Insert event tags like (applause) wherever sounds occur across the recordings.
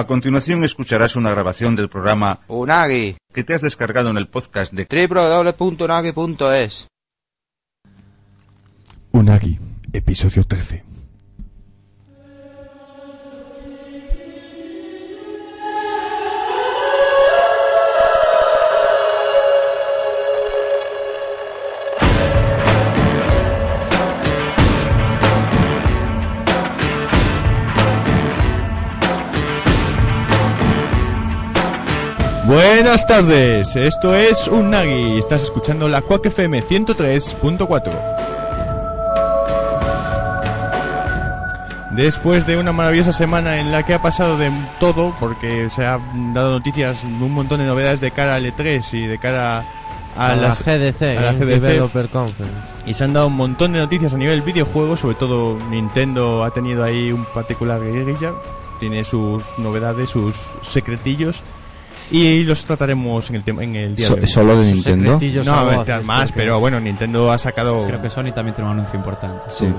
A continuación escucharás una grabación del programa Unagi, que te has descargado en el podcast de www.unagi.es. Unagi, episodio 13. Buenas tardes, esto es Unagi y estás escuchando la Quack FM 103.4. Después de una maravillosa semana en la que ha pasado de todo, porque se han dado noticias, un montón de novedades de cara al E3 y de cara a, a las, la GDC, a la eh, Game GDC. Developer Conference. Y se han dado un montón de noticias a nivel videojuego, sobre todo Nintendo ha tenido ahí un particular guerrilla, tiene sus novedades, sus secretillos, y los trataremos en el, tema- en el día de So- hoy. ¿Solo de Nintendo? Secretillos no, a a ver, voces, tal más, porque pero bueno, Nintendo ha sacado... Creo que Sony también tiene un anuncio importante. Sí.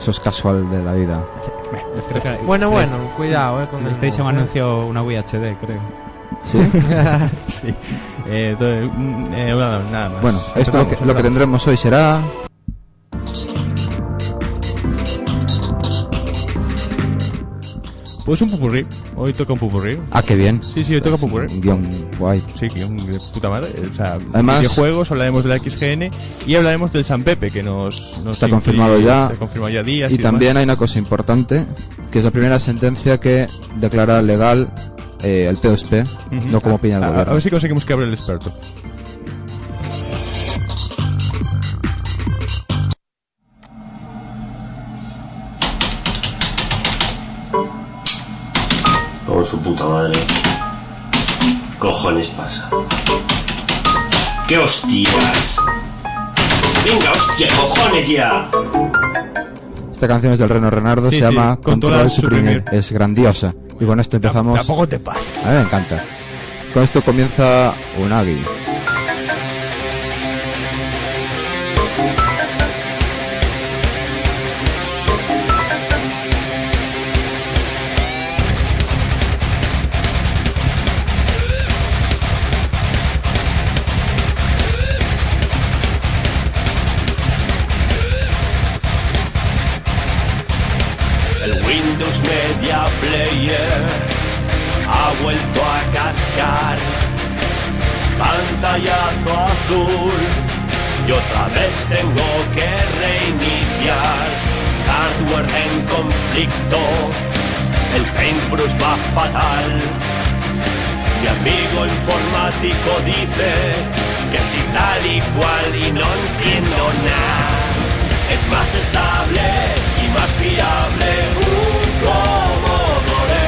Eso es casual de la vida. Creo que- Bueno, Play- bueno, cuidado, eh, con el PlayStation nombre. anunció una Wii HD, creo. ¿Sí? (laughs) Sí. Eh, do- mm, eh, nada, nada más. (laughs) Bueno, esto lo que, Empezamos, lo que empezamos. tendremos hoy será... Pues un pupurrí. Hoy toca un pupurrí. Ah, qué bien. Sí, sí, hoy toca pupurrí. Un Guión guay. Sí, que un de puta madre. O sea, Además- videojuegos, hablaremos de la XGN y hablaremos del San Pepe, que nos... nos Está influye- confirmado ya. Está confirmado ya días. Y demás. también hay una cosa importante, que es la primera sentencia que declara legal eh, el P2P, Ujú. no como opina el A, a- a gobierno. ver si conseguimos que abra el experto. Por su puta madre. Cojones pasa. ¡Qué hostias! ¡Venga, hostia, cojones ya! Esta canción es del Reno Renardo, Sí, se sí, llama Controlar, Controlar, Suprimir. Es grandiosa. Y con esto empezamos... Tampoco te pasa. A mí me encanta. Con esto comienza Unagi. El Windows Media Player ha vuelto a cascar. Pantallazo azul. Y otra vez tengo que reiniciar. Hardware en conflicto. El Paintbrush va fatal. Mi amigo informático dice que es y tal y cual y no entiendo nada. Es más estable y más fiable un Commodore.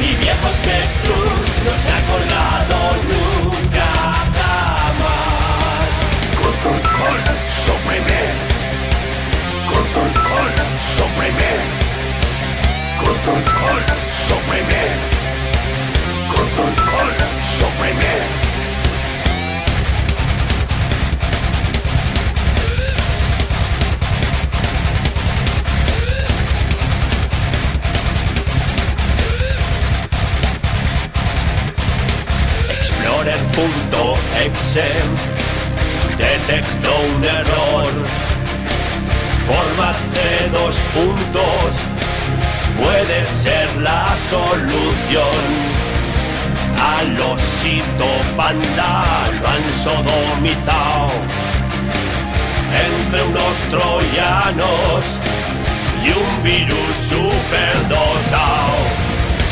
Mi viejo Spectrum no se ha colgado nunca jamás. Control Alt Supreme. Control Alt Supreme. Control Alt Supreme. Control Alt Supreme. Explorer.exe Detecto un error Format de dos puntos Puede ser la solución Al osito panda lo han sodomizado Entre unos troyanos Y un virus superdotado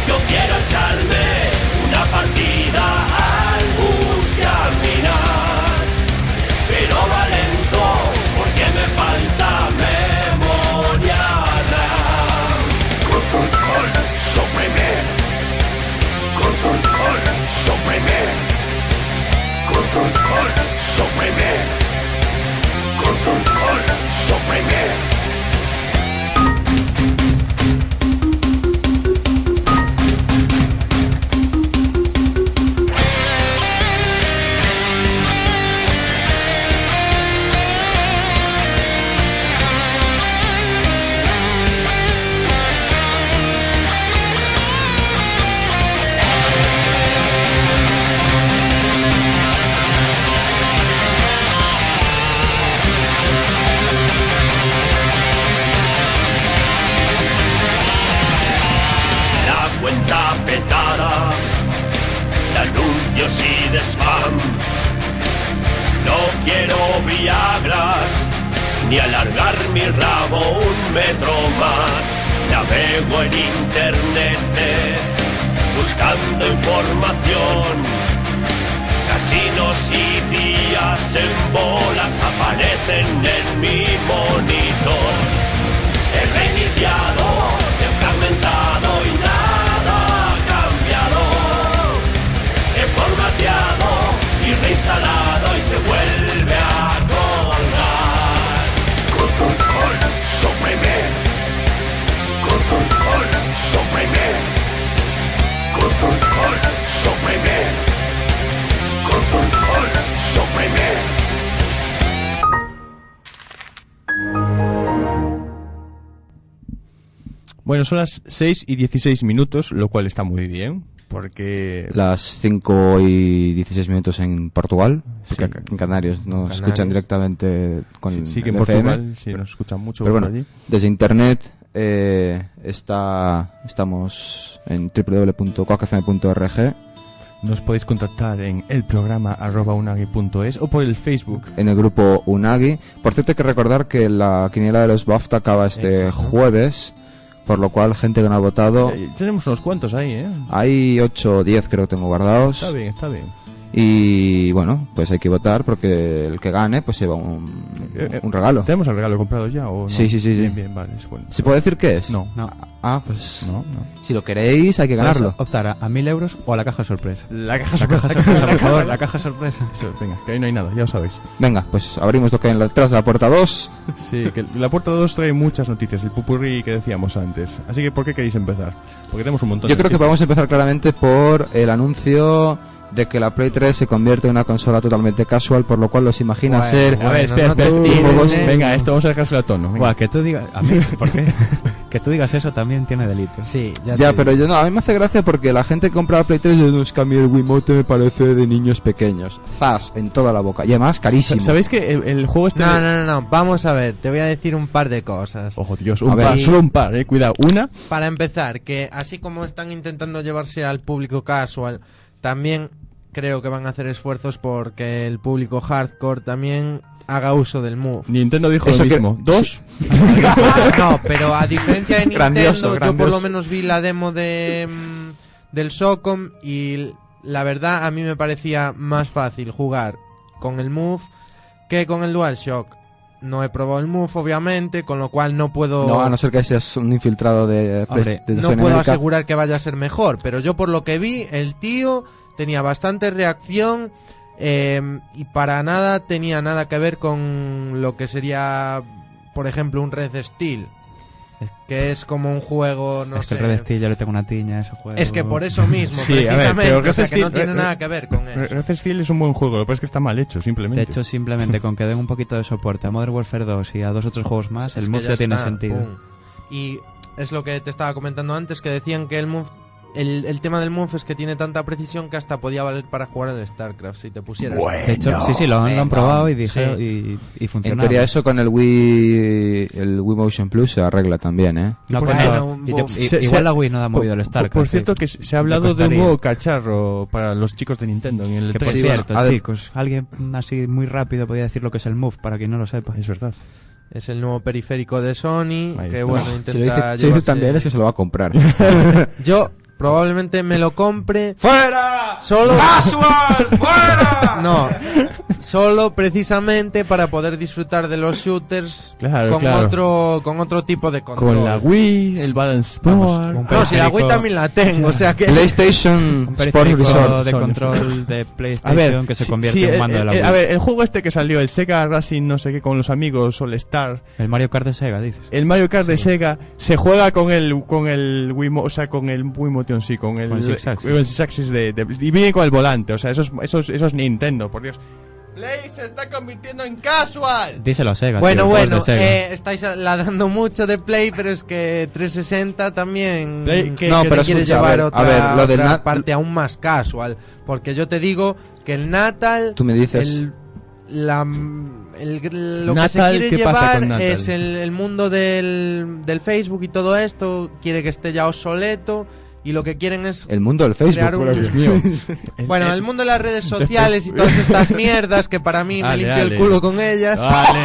yo quiero echarme una partida al buscaminas, pero va lento porque me falta memoria RAM. Control Alt Supreme. Control Alt Supreme. Control Alt Supreme. Control Alt Supreme. anuncios y de spam. No quiero viagras, ni alargar mi rabo un metro más. Navego en internet, buscando información. Casinos y días en bolas aparecen en mi monitor. He reiniciado, he fragmentado y nada ha cambiado. He formateado y reinstalado y se vuelve a colgar. Control Alt suprime. Control Alt suprime. Control Alt suprime. Control Alt suprime. Bueno, son las 6 y 16 minutos, lo cual está muy bien, porque... Las 5 y 16 minutos en Portugal, Sí. porque acá en Canarias nos Canarias. escuchan directamente con sí, sí, que el en FM. Portugal sí, nos escuchan mucho Pero por bueno, allí. desde internet eh, está, estamos en www.coacfm.org, Nos podéis contactar en el programa arroba unagi.es o por el Facebook. en el grupo Unagi. Por cierto, hay que recordar que la quiniela de los BAFTA acaba este jueves, por lo cual gente que no ha votado, Eh, tenemos unos cuantos ahí, ¿eh? Ah, hay 8 o 10 creo que tengo Está guardados. bien, está bien. Y bueno, pues hay que votar porque el que gane pues lleva un, Eh, eh, un regalo. ¿Tenemos el regalo comprado ya o no? Sí, sí, sí, sí. Bien, bien, vale, es bueno. ¿Se puede decir qué es? No, No. Ah, pues no, no. si lo queréis hay que ganarlo. Puedes optar a, a 1000 euros o a la caja sorpresa. La caja La (laughs) caja sorpresa, por favor, la caja sorpresa. Eso, venga, que ahí no hay nada, ya lo sabéis. Venga, pues abrimos lo que hay en la- detrás de la puerta 2. Sí, que la puerta 2 trae muchas noticias, el pupurri que decíamos antes. Así que, ¿por qué queréis empezar? Porque tenemos un montón Yo de creo que noticias. vamos a empezar claramente por el anuncio de que la Play 3 se convierte en una consola totalmente casual, por lo cual los imagina Bueno, ser... A bueno. ver, espera, No, espera. no, este- no, vamos- no. venga, esto vamos a dejárselo a tono. venga. ¿eh? Buah, que tú digas. A mí, ¿por qué? (laughs) que tú digas eso también tiene delito. Sí, ya, Ya, te- pero yo no, a mí me hace gracia porque la gente que compra la Play 3 de es que a mí el Wiimote me parece de niños pequeños. Zas, en toda la boca. Y además, carísimo. ¿Sabéis que el, el juego este... No, no, no, no, vamos a ver, te voy a decir un par de cosas. Ojo, Dios, un A ver. par, solo un par, eh, cuidado. Una, Para empezar, que así como están intentando llevarse al público casual, también creo que van a hacer esfuerzos porque el público hardcore también haga uso del Move. Nintendo dijo Eso lo que- mismo. Dos, (laughs) no, pero a diferencia de Nintendo, Grandioso, yo por grandioso. lo menos vi la demo de mm, del Socom y la verdad a mí me parecía más fácil jugar con el Move que con el DualShock. No he probado el Move, obviamente, con lo cual no puedo No, a no ser que seas un infiltrado de Hombre, PlayStation no puedo América. asegurar que vaya a ser mejor, pero yo por lo que vi, el tío tenía bastante reacción eh, y para nada tenía nada que ver con lo que sería, por ejemplo, un Red Steel, que es como un juego, no es sé. que el Red Steel ya le tengo una tiña a ese juego. Es que por eso mismo, Sí, a ver, precisamente, pero o sea, Red que no Steel- tiene Red- nada que ver con eso. Red Steel es un buen juego, lo que pasa es que está mal hecho, De simplemente. hecho, simplemente con que den un poquito de soporte a Modern Warfare 2 y a dos otros juegos más, Es el que move ya ya tiene está, sentido. pum. Y es lo que te estaba comentando antes, que decían que el move... El, el tema del move es que tiene tanta precisión que hasta podía valer para jugar al StarCraft si te pusieras. De hecho, sí, sí, lo han, lo han Venga. probado y dije y, y En funcionaba. teoría eso con el Wii, el Wii Motion Plus se arregla también, ¿eh? No, Bueno, cuando- un y- bo- y- se- igual se- la Wii no da movido el Starcraft. Por cierto, que se se ha hablado de un eh, costaría. nuevo cacharro para los chicos de Nintendo en el Que por Sí, 3. bueno, cierto, a ver. chicos, alguien así muy rápido podía decir lo que es el Move, para quien no lo sepa. Es verdad. Es el nuevo periférico de Sony. Ahí Que está. bueno, No, intenta si lo dice, si dice llevarse- también ¿eh? es que se lo va a comprar. (laughs) Yo probablemente me lo compre ¡Fuera! solo. ¡Casual! ¡Fuera! No, solo precisamente para poder disfrutar de los shooters Claro, con, claro. otro, con otro tipo de control. Con la Wii, el Balance Board. un No, si la Wii periférico- también la tengo, o sea que. (laughs) PlayStation Un Sports periférico Resort. de Sony. control de PlayStation A ver, que se sí, convierte sí, en eh, un mando de la eh, Wii. A ver, el juego este que salió, el Sega Racing, no sé qué, con los amigos, All Star, El Mario Kart de Sega, dices. el Mario Kart de Sega, se juega con el con el Wii, o sea, con el Wii Motion, sí, con el, Con el Six Axis. con el Six Axis de, de- y viene con el volante, o sea, eso es, eso es- eso es Nintendo, por Dios. Play se está convirtiendo en (laughs) casual. Díselo a Sega. Bueno, tío, el juego bueno, es de Sega. eh, estáis ladrando mucho de Play, pero es que 360 también. Play, que- No, que pero quiere escucha, llevar a ver, otra, a ver, lo del otra Nat- parte aún más casual. Porque yo te digo que el Natal. Tú me dices. El, la, el- lo Natal, que se quiere ¿qué pasa con llevar Natal? es el, el mundo del, del Facebook y todo esto. Quiere que esté ya obsoleto. y lo que quieren es El mundo del Facebook. Crear un- Dios mío. (laughs) bueno, el mundo de (laughs) las redes sociales y todas estas mierdas que para mí me Dale, limpio dale. el culo con ellas. Vale,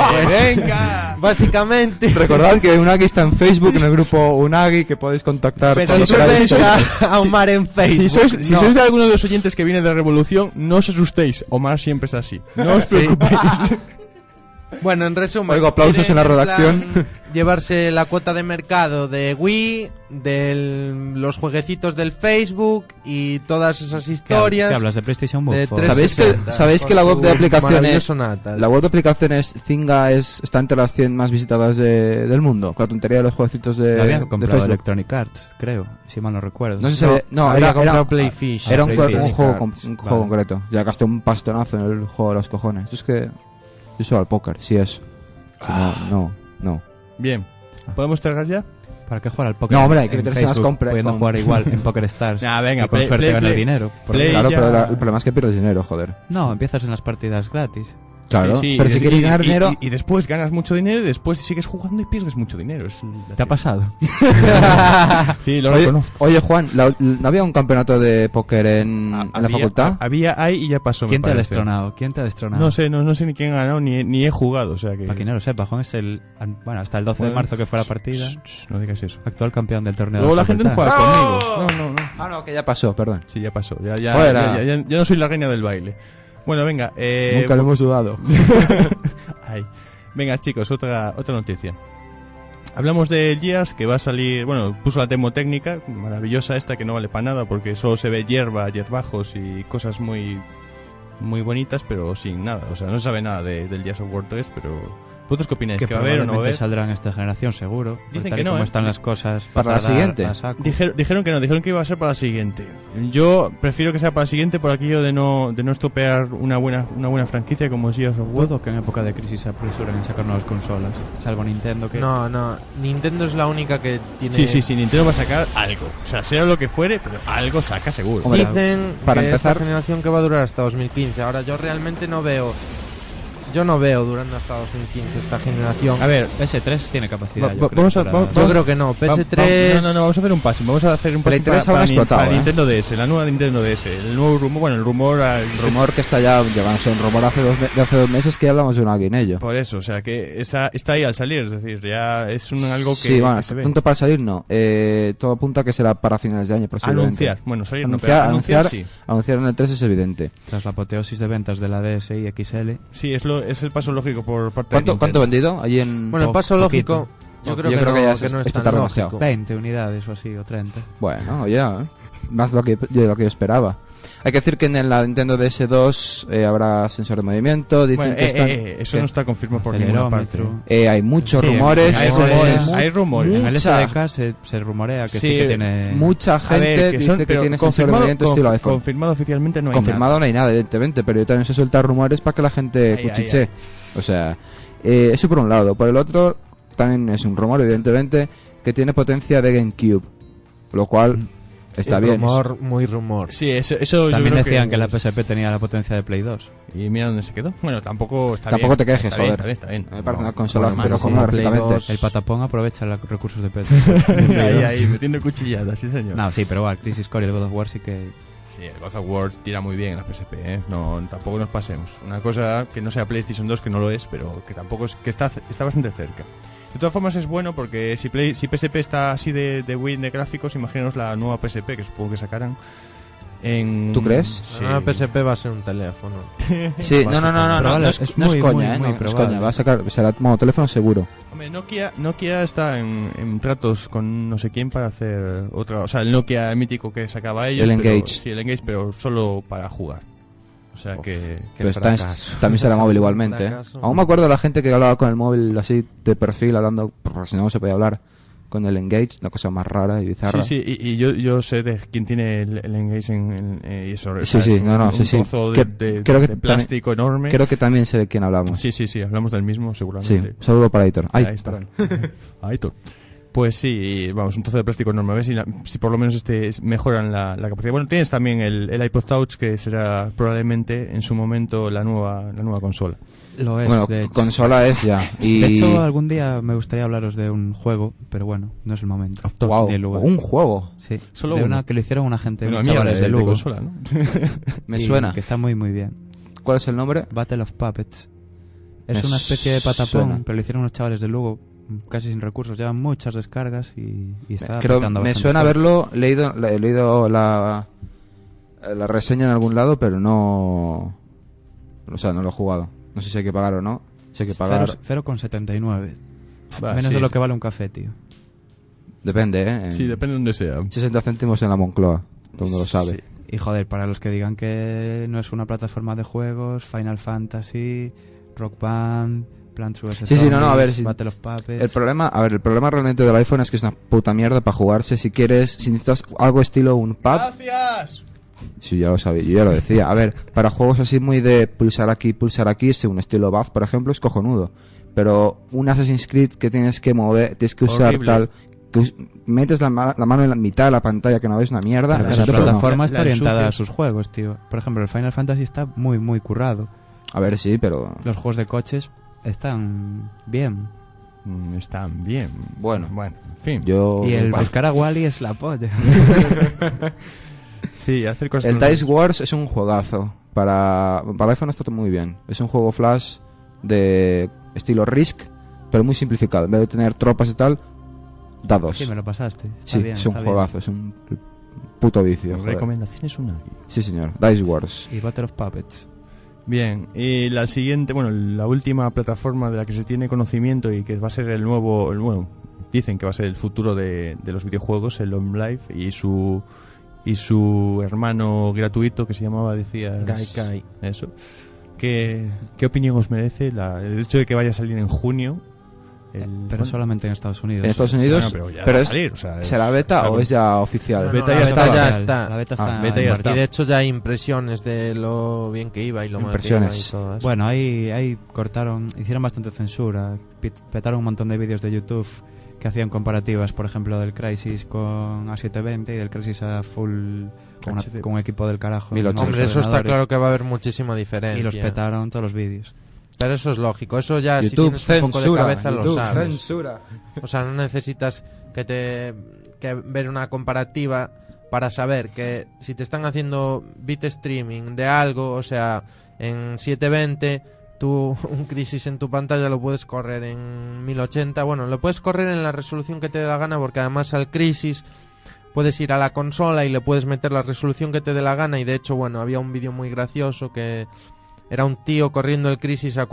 (laughs) pues, venga. Básicamente. Recordad que Unagi está en Facebook, en el grupo Unagi, que podéis contactar. Pero cuando no queráis. ves a, a si- Omar en Facebook. Si sois, si no. sois de alguno de los oyentes que viene de la revolución, no os asustéis. Omar siempre es así. No os preocupéis. (laughs) Bueno, en resumen. Oigo aplausos quieren, en la plan, redacción. llevarse la cuota de mercado de Wii, de los jueguecitos del Facebook y todas esas ¿Qué hab- historias. qué hablas de PlayStation Move? de por- tres- ¿Sabéis que- 360, sabéis que la con web de su aplicaciones- maravilloso Natal. La web de aplicaciones Zinga es, está entre las 100 más visitadas de- del mundo. Con la tontería de los jueguecitos de, Lo había Eh, de comprado Facebook. Electronic Arts, creo, si mal no recuerdo. No sé si No, había- no, había era, comprado era, Playfish. era un, Playfish. juego- un juego, con- un Vale. juego concreto. Ya gasté un pastonazo en el juego de los cojones. Yo es que. Yo solo al póker, sí es. no, no, Bien. ¿Podemos tragar ya? ¿Para qué jugar al póker? No, hombre, hay en que meterse en las Facebook, compras Pudiendo con- jugar igual (laughs) en Poker Stars. Nah, venga, y con play- suerte play- ganar play. dinero. por Play. ejemplo. Claro, ya- pero la- el problema es que pierdes dinero, joder. No, empiezas en las partidas gratis. Claro, Sí, sí, pero y- si quieres y- ganar y- dinero. Y, y después ganas mucho dinero y después sigues jugando y pierdes mucho dinero. Es- ¿Te ha (laughs) pasado? Sí, lo Oye, reconozco. oye, Juan, ¿la- ¿no había un campeonato de póker en, Ha- en la había- facultad? Había ahí y ya pasó. me ¿Quién te ha parece. destronado? ¿Quién te ha destronado? No sé, no, no sé ni quién ha ganado ni, he- ni he jugado. O sea que. Para quien no lo sepa, Juan es el. an- Bueno, hasta el 12 de Bueno, marzo que fue la partida. Shh, shh, no digas eso. Actual campeón del torneo. Luego de la gente no facultad. juega conmigo. No, no, no. Ah, no, que ya pasó, perdón. Sí, ya pasó. Ya, ya, Joder, ya, ah. ya- ya- ya no soy la reina del baile. Bueno, venga. Eh, Nunca lo hemos dudado. (laughs) Ay. Venga, chicos, otra, otra noticia. Hablamos de Gears que va a salir. Bueno, puso la demo técnica, maravillosa esta que no vale para nada porque solo se ve hierba, hierbajos y cosas muy muy bonitas, pero sin nada. O sea, no se sabe nada de- del Gears of War 3, pero. ¿Vosotros qué opináis? Que ¿Que, va a haber o no va a probablemente haber? saldrán en esta generación, seguro. por Dicen tal que y no, Como ¿eh? están las cosas. Para van a la dar siguiente. a saco. Dijer- dijeron que no, dijeron que iba a ser para la siguiente. Yo prefiero que sea para la siguiente por aquello de no, de no estropear una buena, una buena franquicia como es Gears of War. Dudo que en época de crisis se apresuren en sacar nuevas consolas. Salvo Nintendo, que. No, no. Nintendo es la única que tiene. Sí, sí, sí, Nintendo va a sacar algo. O sea, sea lo que fuere, pero algo saca seguro. Hombre, Dicen para que empezar- esta generación que va a durar hasta 2015. Ahora yo realmente no veo. Yo no veo durando hasta 2015 esta generación. A ver, PS3 tiene capacidad. Va- yo va- creo, vamos a- para- vamos- yo creo que no. va- PS3. va- no, no, no, vamos a hacer un pase. Vamos a hacer un Pero pase hay tres aún explotados, para ¿eh? Nintendo DS, la nueva Nintendo DS. El nuevo rumor, bueno, el rumor, al- rumor que está ya, llevamos un rumor hace dos, me- de hace dos meses que ya hablamos de un aguinello. Por eso, o sea, que está, está ahí al salir. Es decir, ya es un, algo que, Sí, bueno, que se ve. tanto para salir no. Eh, todo apunta a que será para finales de año, posiblemente. Anunciar, bueno, salir no, pero Anunciar, anunciar, anunciar, sí. anunciar en el 3 es evidente. Tras la apoteosis de ventas de la DS y XL. Sí, es, lo, es el paso lógico por parte ¿Cuánto, de cuánto Nintendo. vendido? Allí en... Bueno, el Po- paso poquito. lógico. Yo creo Yo que, creo que no, ya que es- no es esto tan tarda lógico. demasiado. 20 unidades o así, o 30. Bueno, ya, ¿eh? más de lo, que, de lo que yo esperaba. Hay que decir que en la Nintendo DS2 eh, habrá sensor de movimiento, dicen Bueno, que eh, están- eh, eh, eso ¿Qué? no está confirmado por ninguna parte. Acelerómetro. Eh, hay muchos Sí, rumores, Hay Eso rumores, es- hay rumores. En el Mucha. SDK se, se rumorea que sí, Sí, que tiene. mucha eh. A gente ver, que dice son- que pero tiene sensor de confirmado, movimiento conf- estilo iPhone. confirmado oficialmente no hay Confirmado no hay nada, evidentemente, pero yo también sé soltar rumores para que la gente Ay, cuchiche. ay, O sea, eh, eso por un lado. Por el otro, también es un rumor, evidentemente, que tiene potencia de GameCube. Lo cual está Mm. El bien. Rumor, muy rumor. nada. Sí, eso, eso yo También creo decían que, la es- PSP tenía la potencia de Play 2. Y mira dónde se quedó. Bueno, tampoco está Tampoco bien. te quejes, Está bien, joder. está bien, está bien. Me parece No, una consola, bueno, pero más, como sí. Play gráficamente. 2. El patapón aprovecha los recursos de PS (laughs) (laughs) Ahí, Play ahí, metiendo cuchilladas, sí señor. No, sí, pero igual, Crisis Core y el God of War sí que. Sí, el God of War tira muy bien en la PSP, ¿eh? No, tampoco nos pasemos. Una cosa que no sea PlayStation 2, que no lo es, pero que tampoco es... que está, está bastante cerca. De todas formas es bueno porque si, Play- si PSP está así de, de win de gráficos, imaginaos la nueva PSP que supongo que sacarán en... ¿Tú crees? Sí. La nueva PSP va a ser un teléfono. Sí, no, no, no, no, no, Probable, no es, es no es muy, coña, muy, eh, muy no, no es probable. coña. Va a sacar, será modo teléfono seguro. Hombre, Nokia, Nokia está en, en tratos con no sé quién para hacer otra. O sea, el Nokia mítico que sacaba ellos. El pero- Engage. sí, el Engage, pero solo para jugar. O sea que. Pero está- también (laughs) será móvil igualmente. eh. Fracaso. Aún me acuerdo de la gente que hablaba con el móvil así de perfil, hablando, porque si no, no se podía hablar con el Engage, una cosa más rara y bizarra. Sí, sí, y, y yo, yo sé de quién tiene el, el Engage en, en- eh, y eso. o Sí, sea, sí, es un, no, no, un sí, sí. trozo Que- de, de- creo que de plástico enorme. Creo que también sé de quién hablamos. Sí, sí, sí, hablamos del mismo, Sí, seguramente. saludo para Aitor. Ay, (laughs) Ahí está. perdón. Ahí tú. Pues sí, y, vamos, un trozo de plástico enorme. A ver si, la- si por lo menos este es- mejoran la, la capacidad. Bueno, tienes también el, el iPod Touch, que será probablemente en su momento la nueva, la nueva consola. Lo es, bueno, Pues, de hecho. consola es ya. Y (laughs) De hecho, algún día me gustaría hablaros de un juego, pero bueno, no es el momento. Guau, ni el lugar. un juego. Sí, Ah, Solo de uno. una que lo hicieron una gente, Bueno, unos mierda, chavales de, de de Lugo. consola, (laughs) ¿no? Me y suena. Que está muy, muy bien. ¿Cuál es el nombre? Battle of Puppets. Es Me una especie de patapón, suena. pero lo hicieron unos chavales de Lugo, mm, casi sin recursos. Llevan muchas descargas y, y está Creo, petando me bastante suena fuerte. haberlo leído, le- he leído la, la reseña en algún lado, pero no. O sea, no lo he jugado. No sé si hay que pagar o no. Si hay que pagar. Cero- 0,79. Va, Menos sí. de lo que vale un café, tío. Depende, ¿eh? En Sí, depende de donde sea. 60 céntimos en la Moncloa. Todo el mundo lo sabe. Sí. Y joder, para los que digan que no es una plataforma de juegos, Final Fantasy, Rock Band, Plants vs. Sí, sí, no, no, a Zombies, ver, sí. Battle of Puppets. El problema, a ver, el problema realmente del iPhone es que es una puta mierda para jugarse. Si quieres, si necesitas algo estilo un pad, ¡Gracias! si ya lo sabía, yo ya lo decía. A ver, para juegos así muy de pulsar aquí, pulsar aquí, si un estilo buff, por ejemplo, es cojonudo. Pero un Assassin's Creed que tienes que mover, tienes que usar Horrible. tal, que us- metes la, ma- la mano en la mitad de la pantalla que no ves una mierda. o Pero que sea, la eso no. plataforma La- está la orientada a ensucias. sus juegos, tío. Por ejemplo, el Final Fantasy está muy, muy currado. A ver, sí, pero Los juegos de coches están bien. Mm, Están bien. Bueno. Bueno, en fin. yo... Y el Bah. buscar a Wally es (laughs) la polla. Sí, hacer Pues cosas... El que no- Dice Wars es un juegazo. Para, para iPhone está todo muy bien. Es un juego flash de estilo Risk, pero muy simplificado. En vez de tener tropas y tal, dados. sí, me lo pasaste. Está Sí, bien, es un está bien. juegazo, es un puto vicio. joder. Recomendaciones una. Sí, señor. Dice Wars. Y Battle of Puppets. Bien, y la siguiente, bueno, la última plataforma de la que se tiene conocimiento y que va a ser el nuevo, el- bueno, dicen que va a ser el futuro de, de los videojuegos, el On Life y su y su hermano gratuito que se llamaba, decía Gaikai. eso. ¿Qué, ¿Qué opinión os merece la- el hecho de que vaya a salir en junio? Eh, El- Pero bueno, solamente en Estados Unidos. En Estados bueno, Unidos, pero ya pero va a es- salir, o sea, es- ¿será beta sabe. o es ya oficial? No, no, Beta la ya beta estaba. ya El- está. Ah, La beta Ah, está. beta ya en está. marcha. Y de hecho ya hay impresiones de lo bien que iba y lo mal que iba Impresiones. y todo eso. Bueno, ahí, ahí cortaron, hicieron bastante censura, pit- petaron un montón de vídeos de YouTube que hacían comparativas, por ejemplo, del Crisis con A720 y del Crisis a full con, una- HD. con un equipo del carajo. 1080. con los Hombre, eso está ordenadores. claro que va a haber muchísima diferencia. Y los petaron todos los vídeos. Pero eso es lógico, eso ya YouTube si tienes un poco de censura. cabeza lo YouTube sabes. censura. O sea, no necesitas que te que ver una comparativa para saber que si te están haciendo bit streaming de algo, o sea, en 720 tú (laughs) un crisis en tu pantalla lo puedes correr en 1080, bueno, lo puedes correr en la resolución que te dé la gana porque además al crisis puedes ir a la consola y le puedes meter la resolución que te dé la gana y de hecho, bueno, había un vídeo muy gracioso que era un tío corriendo el crisis a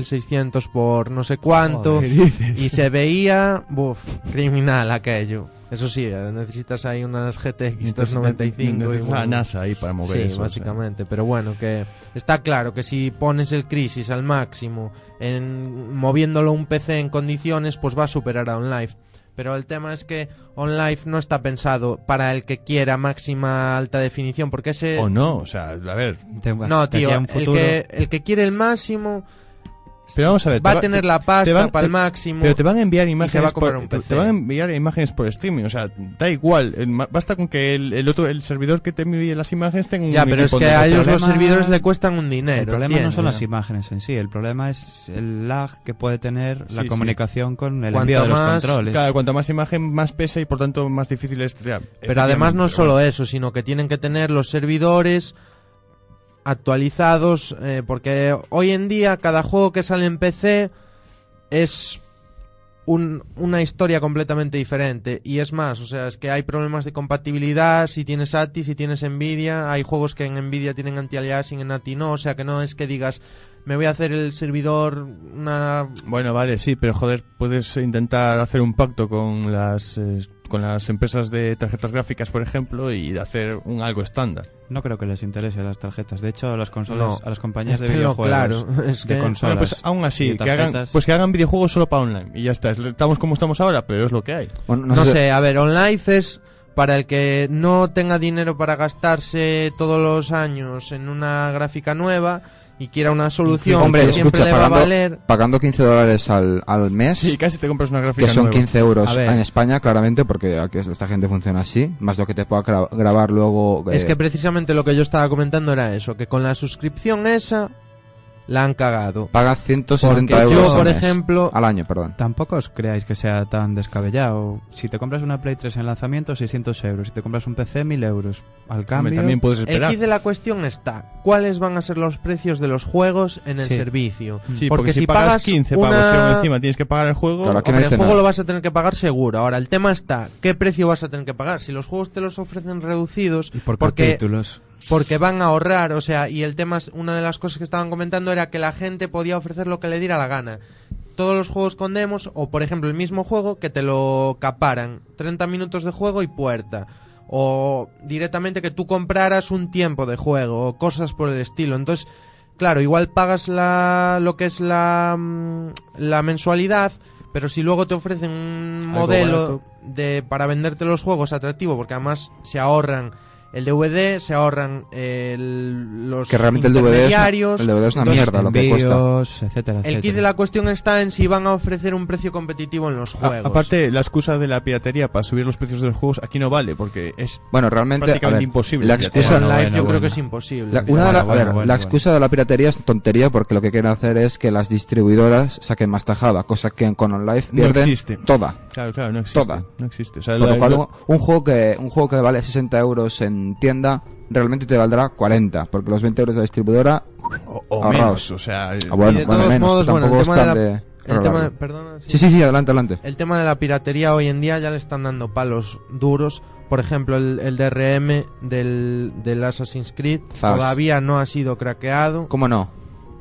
4600 por no sé cuánto Joder. y se veía, buf, criminal aquello. Eso sí, eh, necesitas ahí unas GTX Entonces, 295 y necesitas a bueno, NASA ahí para mover Sí, eso, o sea. básicamente, pero bueno, que está claro que si pones el crisis al máximo en moviéndolo un PC en condiciones, pues va a superar a OnLive. Pero el tema es que OnLive no está pensado para el que quiera máxima alta definición, porque ese O no, o sea, a ver. Te- de no, aquí tío, a un el futuro- que el que quiere el máximo Pero vamos a ver. va te a tener te- la te pasta van- para el te- máximo. Pero te van a enviar se va imágenes a comprar por, un te- PC. te van a enviar imágenes por streaming, o sea, da igual, eh, ma- basta con que el, el otro el servidor que te envíe las imágenes tenga un Ya, pero es equipo que de- a ellos los problema- servidores le cuestan un dinero. El problema no ¿entiendes? son las imágenes en sí, el problema es el lag que puede tener Sí, la sí. comunicación con el Cuanto envío de los más- controles. Claro, cuanto más imagen más pesa y por tanto más difícil es, o sea, Pero además no efectivamente, solo eso, sino que tienen que tener los servidores actualizados, eh, porque hoy en día cada juego que sale en PC es un- una historia completamente diferente. Y es más, o sea, es que hay problemas de compatibilidad, si tienes ATI, si tienes Nvidia, hay juegos que en Nvidia tienen anti-aliasing, en ATI no, o sea que no es que digas, me voy a hacer el servidor una bueno. Bueno, vale, sí, pero joder, puedes intentar hacer un pacto con las eh, con las empresas de tarjetas gráficas, por ejemplo, y hacer un algo estándar. No creo que les interese las tarjetas. De hecho, a las consolas, No. a las compañías de Tenlo claro, videojuegos, (laughs) es de que- consolas, Bueno, pues aún y así, de que hagan, tarjetas- pues que hagan videojuegos solo para online y ya está. Estamos como estamos ahora, pero es lo que hay. O no No, sé- sé, a ver, OnLife es para el que no tenga dinero para gastarse todos los años en una gráfica nueva y quiera una solución Hombre, que siempre escucha, le va a pagando, valer. pagando 15 dólares al, al mes, Sí, casi te compras una gráfica que son nueva. 15 euros A ver. en España, claramente, porque aquí esta gente funciona así, más lo que te pueda gra- grabar luego. Es eh, que precisamente lo que yo estaba comentando era eso, que con la suscripción esa la han cagado. paga Porque 170 euros yo, al por mes. ejemplo, al año, perdón. Tampoco os creáis que sea tan descabellado. Si te compras una Play 3 en lanzamiento, 600 euros. Si te compras un PC, 1000 euros. Al Hombre, cambio, También puedes el esperar. kit de la cuestión está, ¿cuáles van a ser los precios de los juegos en el Sí. servicio? Sí, porque, porque si, si pagas, pagas 15 una- pavos y aún encima tienes que pagar el juego. Claro, aquí no Hombre, dice el juego nada. lo vas a tener que pagar seguro. Ahora, el tema está, ¿qué precio vas a tener que pagar? Si los juegos te los ofrecen reducidos, y por porque, capítulos. porque van a ahorrar, o sea, y el tema es, una de las cosas que estaban comentando era que la gente podía ofrecer lo que le diera la gana. Todos los juegos con demos, o por ejemplo el mismo juego, que te lo caparan. 30 minutos de juego y puerta. O directamente que tú compraras un tiempo de juego, o cosas por el estilo. Entonces, claro, igual pagas la, lo que es la, mm, la mensualidad, pero si luego te ofrecen un Algo modelo barato. de, para venderte los juegos atractivo, porque además se ahorran el DVD, se ahorran eh, el- los Que realmente el DVD, es, intermediarios. el DVD es una Entonces, mierda lo que cuesta. Envíos, etcétera, El kit etcétera. de la cuestión está en si van a ofrecer un precio competitivo en Ah, los A- juegos. aparte, la excusa de la piratería para subir los precios de los juegos aquí no vale, porque es Bueno, realmente, a prácticamente ver, imposible. la piratear. excusa- Online Bueno, yo bueno, creo que bueno. es imposible. La, una de Bueno, la- a bueno, ver, bueno, la bueno. excusa de la piratería es tontería porque lo que quieren hacer es que las distribuidoras saquen más tajada, cosa que en Conan Life No pierden existe. toda. Claro, claro, no existe. Toda. No existe. O sea, Por la- lo cual, la- un, un juego que, un juego que vale 60 euros en tienda realmente te valdrá 40, porque los 20 euros de la distribuidora, o, o ahorraos. menos, o sea, ah, bueno, y de bueno, todos menos, modos, bueno, el tampoco tema de es la, tan de... el tema de- valorable. perdona, sí. Sí, sí, sí, adelante, adelante. El tema de la piratería hoy en día ya le están dando palos duros. Por ejemplo, el, el DRM del, del Assassin's Creed Zas. todavía no ha sido craqueado. ¿Cómo no?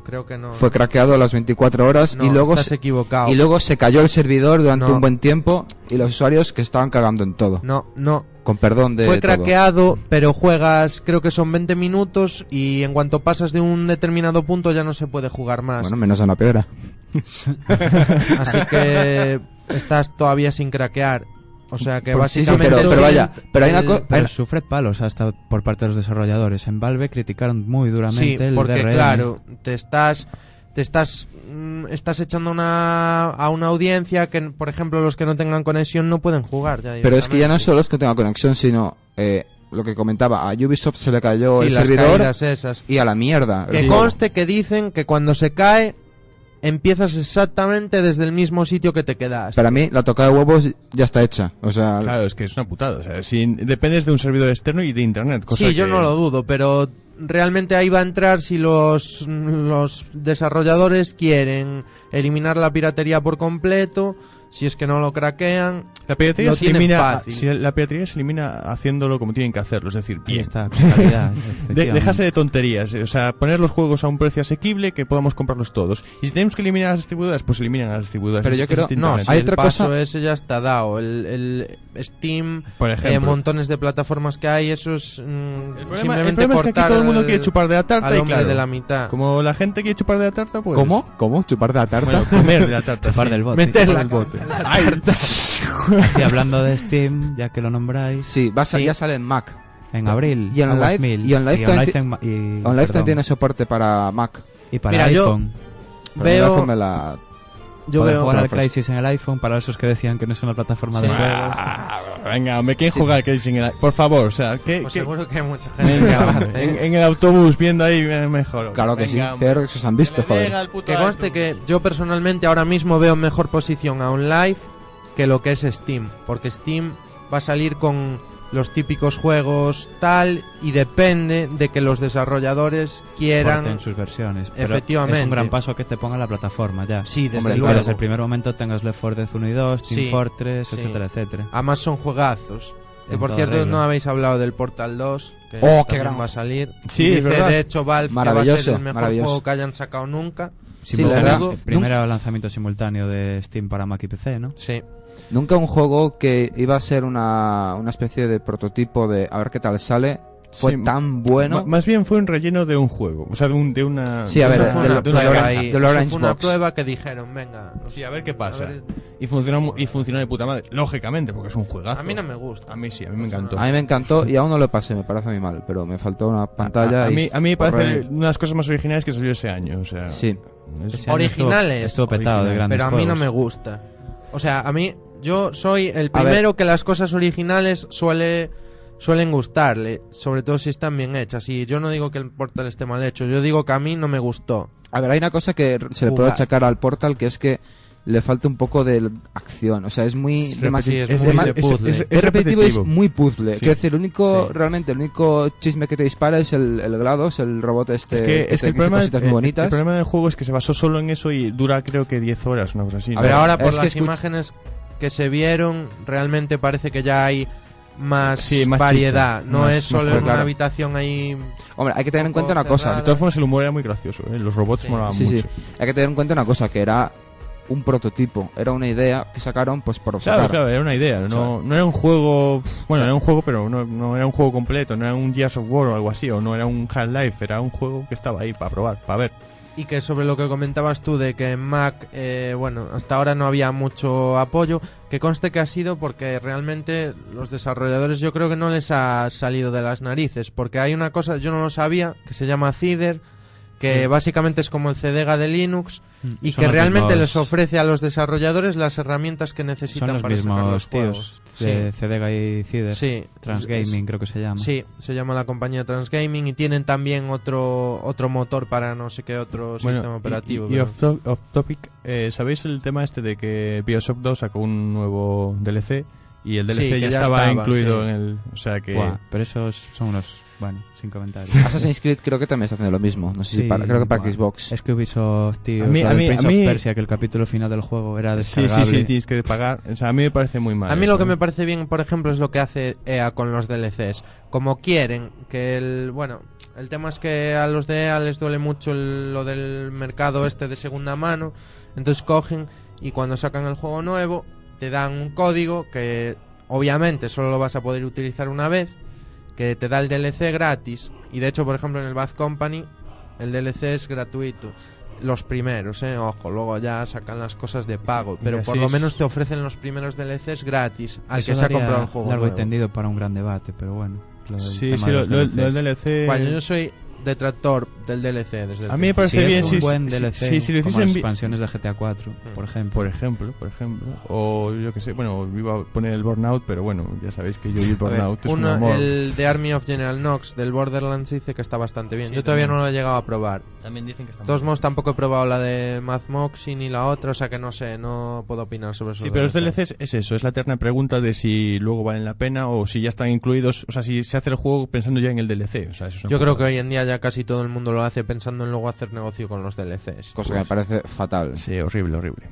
Creo que no. Fue craqueado a las 24 horas No, y luego estás se- equivocado. y luego se cayó el servidor durante No. un buen tiempo y los usuarios que estaban cagando en todo. No, no. Con perdón de Fue todo. craqueado, pero juegas, creo que son 20 minutos y en cuanto pasas de un determinado punto ya no se puede jugar más. Bueno, menos a una piedra. (laughs) Así que estás todavía sin craquear. O sea que Pues sí, sí, básicamente. pero- pero vaya, pero hay una el- co- hay Pero sufre palos hasta por parte de los desarrolladores. En Valve criticaron muy duramente Sí, el porque DRM. claro, te estás te estás mm, estás echando una a una audiencia que por ejemplo los que no tengan conexión no pueden jugar ya Pero es que ya no directamente. solo es que tenga conexión, sino eh, lo que comentaba, a Ubisoft se le cayó Sí, el las servidor caídas esas. y a la mierda. el Que juego. conste que dicen que cuando se cae empiezas exactamente desde el mismo sitio que te quedas. Para mí, la tocada de huevos ya está hecha. O sea, claro, es que es una putada. O sea, si dependes de un servidor externo y de internet. Cosa Sí, yo que- no lo dudo, pero realmente ahí va a entrar si los, los desarrolladores quieren eliminar la piratería por completo, si es que no lo craquean. La piratería, Lo se tienen elimina, fácil. si la piratería se elimina haciéndolo como tienen que hacerlo, es decir, Ahí bien. está, con calidad, De- dejarse efectivamente. de tonterías, eh, o sea, poner los juegos a un precio asequible que podamos comprarlos todos. Y si tenemos que eliminar a las distribuidoras, pues eliminan a las distribuidoras. Pero Es- yo es creo- distinto No, a la- si Hay el otra paso cosa- ese ya está dado. El, el Steam, por eh, ejemplo. montones de plataformas que hay, eso es mm, el problema, el simplemente problema es que aquí cortar todo el mundo al- quiere chupar de la tarta al y hombre claro, de la mitad. como la gente quiere chupar de la tarta, pues... ¿Cómo? ¿Cómo? ¿Chupar de la tarta? Bueno, comer de la tarta, Chupar sí. del bote. Meter la- Chupar del bote. la tarta. Sí, hablando de Steam, ya que lo nombráis, sí, va a sa- Sí. ya sale en Mac. en abril. Y en Aguas Live- Mil, y en Live también en ma- y- OnLive también perdón, tiene soporte para Mac. Y para Mira, yo- iPhone. Pero en Veo- iPhone me la- Yo Poder veo jugar al Otra frase. Crisis en el iPhone para esos que decían que no es una plataforma de juegos. (laughs) Ah, venga, me quieren jugar que sin el... Por favor, o sea, que... pues que- seguro que hay mucha gente. Venga, que- (laughs) hombre, en, en el autobús viendo ahí eh, mejor. Claro que Venga, sí. hombre. Pero que se han visto, Que le joder. llega el puto Que conste autobús. que yo personalmente ahora mismo veo en mejor posición a OnLive que lo que es Steam, porque Steam va a salir con los típicos juegos tal y depende de que los desarrolladores en quieran. sus versiones. Pero Efectivamente. Es un gran paso que te ponga la plataforma ya. Sí, desde Hombre, luego. claro, Desde el primer momento tengas Left 4 Dead 1 y 2, Team Sí, Fortress, sí. etcétera, etcétera. Además son juegazos. Que En por toda cierto regla. no habéis hablado del Portal 2. Que Oh, qué también gran- va a salir. Sí, Dice, es verdad. de hecho Valve que va a ser Maravilloso, el mejor maravilloso. juego que hayan sacado nunca. Sí, la lo verdad, dudo. El primer lanzamiento simultáneo de Steam para Mac y PC, ¿no? Sí. Nunca un juego que iba a ser una, una especie de prototipo de a ver qué tal sale. fue Sí, tan bueno. Ma- Más bien fue un relleno de un juego, o sea, de, un- de una... Sí, a de ver, una- de la- de una de la- granja. Orange- del Orange fue una Box. prueba que dijeron, venga. Sí, a ver qué a pasa. ver. Y funcionó, mu- y funcionó de puta madre, lógicamente, porque es un juegazo. A mí no me gusta. A mí sí, a mí me encantó. A mí me encantó y aún no lo pasé, me parece a mí mal, pero me faltó una pantalla. A, a y- mí, a mí me por parece re- una de las cosas más originales que salió ese año, o sea... Sí, es- Ese año Originales. Estuvo, estuvo petado de Original. grandes Pero a mí no juegos. me gusta. O sea, a mí yo soy el primero que las cosas originales suele suelen gustarle, sobre todo si están bien hechas. Y yo no digo que el Portal esté mal hecho, yo digo que a mí no me gustó. A ver, hay una cosa que se le puede Jugar. achacar al Portal, que es que le falta un poco de l- acción. O sea, es muy... Sí, remati- sí, es es muy rema- de puzzle. es repetitivo y es muy puzzle. Sí. Quiero decir, el único, Sí. realmente, el único chisme que te dispara es el, el GLaDOS, el robot este Es que, es que te el, dice problema, eh, cositas el- muy el- bonitas. el problema del juego es que se basó solo en eso y dura creo que 10 horas, una cosa así. A ¿no? ver, Pero ahora por es que las escucha- imágenes que se vieron, realmente parece que ya hay más, Sí, más variedad. chicha, no más- es más solo en claro. una habitación ahí. Hombre, hay que tener en cuenta una cosa. De todas formas, el humor era muy gracioso, ¿eh? los robots Sí. molaban Sí, mucho. sí. Hay que tener en cuenta una cosa, que era un prototipo, era una idea que sacaron pues por Claro, sacar. claro, era una idea. No, no era un juego. Bueno, era un juego, pero no, no era un juego completo. No era un Gears of War o algo así. O no era un Half-Life. Era un juego que estaba ahí para probar, para ver. Y que sobre lo que comentabas tú de que en Mac, eh, bueno, hasta ahora no había mucho apoyo, que conste que ha sido porque realmente los desarrolladores yo creo que no les ha salido de las narices, porque hay una cosa, yo no lo sabía, que se llama Cider, que Sí. básicamente es como el CDGA de Linux y Son que los realmente mismos- les ofrece a los desarrolladores las herramientas que necesitan Son los para sacar los mismos tíos. juegos. de Cedega y Cider. Sí. Transgaming, creo que se llama. Sí, se llama la compañía Transgaming y tienen también otro otro motor para no sé qué otro Pues sistema y- operativo. Y, y pero- off, to- off topic, eh, ¿sabéis el tema este de que Bioshock 2 sacó un nuevo DLC? Y el DLC Sí, que ya, ya estaba, estaba, incluido sí. en el. O sea que. Buah, pero esos son unos. Bueno, sin comentarios. Assassin's Creed creo que también está haciendo lo mismo. No sé si Sí, para, creo que para bueno. Xbox. Es que Ubisoft, tío. A mí- o sea, a del mí- a Prince of mí- Persia, que el capítulo final del juego era Sí, descargable. sí, sí, tienes que pagar. O sea, a mí me parece muy mal. A mí lo eso, que ¿eh? me parece bien, por ejemplo, es lo que hace EA con los DLCs. Como quieren que el... Bueno, el tema es que a los de EA les duele mucho el- lo del mercado este de segunda mano. Entonces cogen y cuando sacan el juego nuevo te dan un código que obviamente solo lo vas a poder utilizar una vez. Que te da el DLC gratis. Y de hecho, por ejemplo, en el Bad Company el DLC es gratuito. Los primeros, eh, ojo, luego ya sacan las cosas de pago, Y pero así por lo es. menos te ofrecen los primeros DLCs gratis al Eso que se ha daría comprado el juego. Largo y nuevo. tendido para un gran debate, pero bueno. lo del Sí, tema sí, de lo, los lo- lo del DLCs. DLC. Bueno, yo soy detractor del DLC desde el A mí me principio. parece si bien es si- un buen si- DLC, si- si lo como hiciesen las bi- expansiones de GTA 4, por ejemplo. Por ejemplo, por ejemplo. O yo que sé, bueno, iba a poner el Burnout, pero bueno, ya sabéis que yo y el A ver, Burnout es un uno- amor. el de Army of General Knox del Borderlands dice que está bastante bien. Sí, Yo todavía también. no lo he llegado a probar. También dicen que está De todos modos, tampoco he probado la de Mazmoxi ni la otra, o sea que no sé, no puedo opinar sobre eso. Sí, pero los DLCs es eso, es la eterna pregunta de si luego valen la pena o si ya están incluidos, o sea, si se hace el juego pensando ya en el DLC. O sea, eso es una Yo creo que putada. hoy en día ya casi todo el mundo lo hace pensando en luego hacer negocio con los DLCs. Cosa que me parece fatal. pues. Sí, horrible, horrible.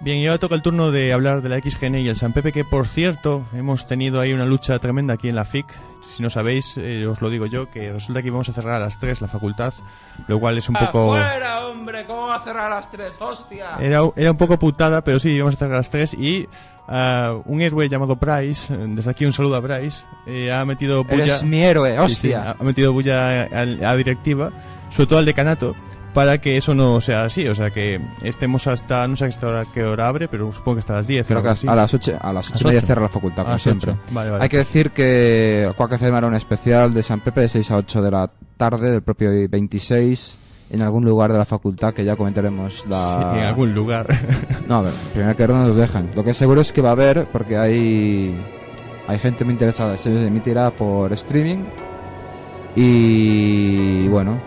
Bien, y ahora toca el turno de hablar de la XGN y el San Pepe, que por cierto, hemos tenido ahí una lucha tremenda aquí en la FIC. Si no sabéis, eh, os lo digo yo, que resulta que vamos a cerrar a las 3 la facultad, lo cual es un poco... ¡Afuera, hombre! ¿Cómo va a cerrar a las tres? Ah. ¡Hostia! Era, era un poco putada, pero sí, íbamos a cerrar a las 3 y ah, un héroe llamado Bryce, eh, desde aquí un saludo a Bryce, eh, ha metido bulla... Eres mi héroe, Sí, ah, sí, hostia. ha ha metido bulla a, a directiva, sobre todo al decanato, para que eso no sea así, o sea que estemos hasta, no sé hasta hora, qué hora abre, pero supongo que hasta las 10. Creo o que algo las- así. a las 8 a las ocho y media ocho. cierra la facultad, A como las ocho. siempre. Vale, vale. Hay que decir que Quack FM era un especial de San Pepe de 6 a 8 de la tarde del propio 26 en algún lugar de la facultad que ya comentaremos la... Sí, en algún lugar. No, a ver, primero que ahora no nos dejan. Lo que es seguro es que va a haber, porque hay, hay gente muy interesada. Este Se emitirá por streaming. Y bueno,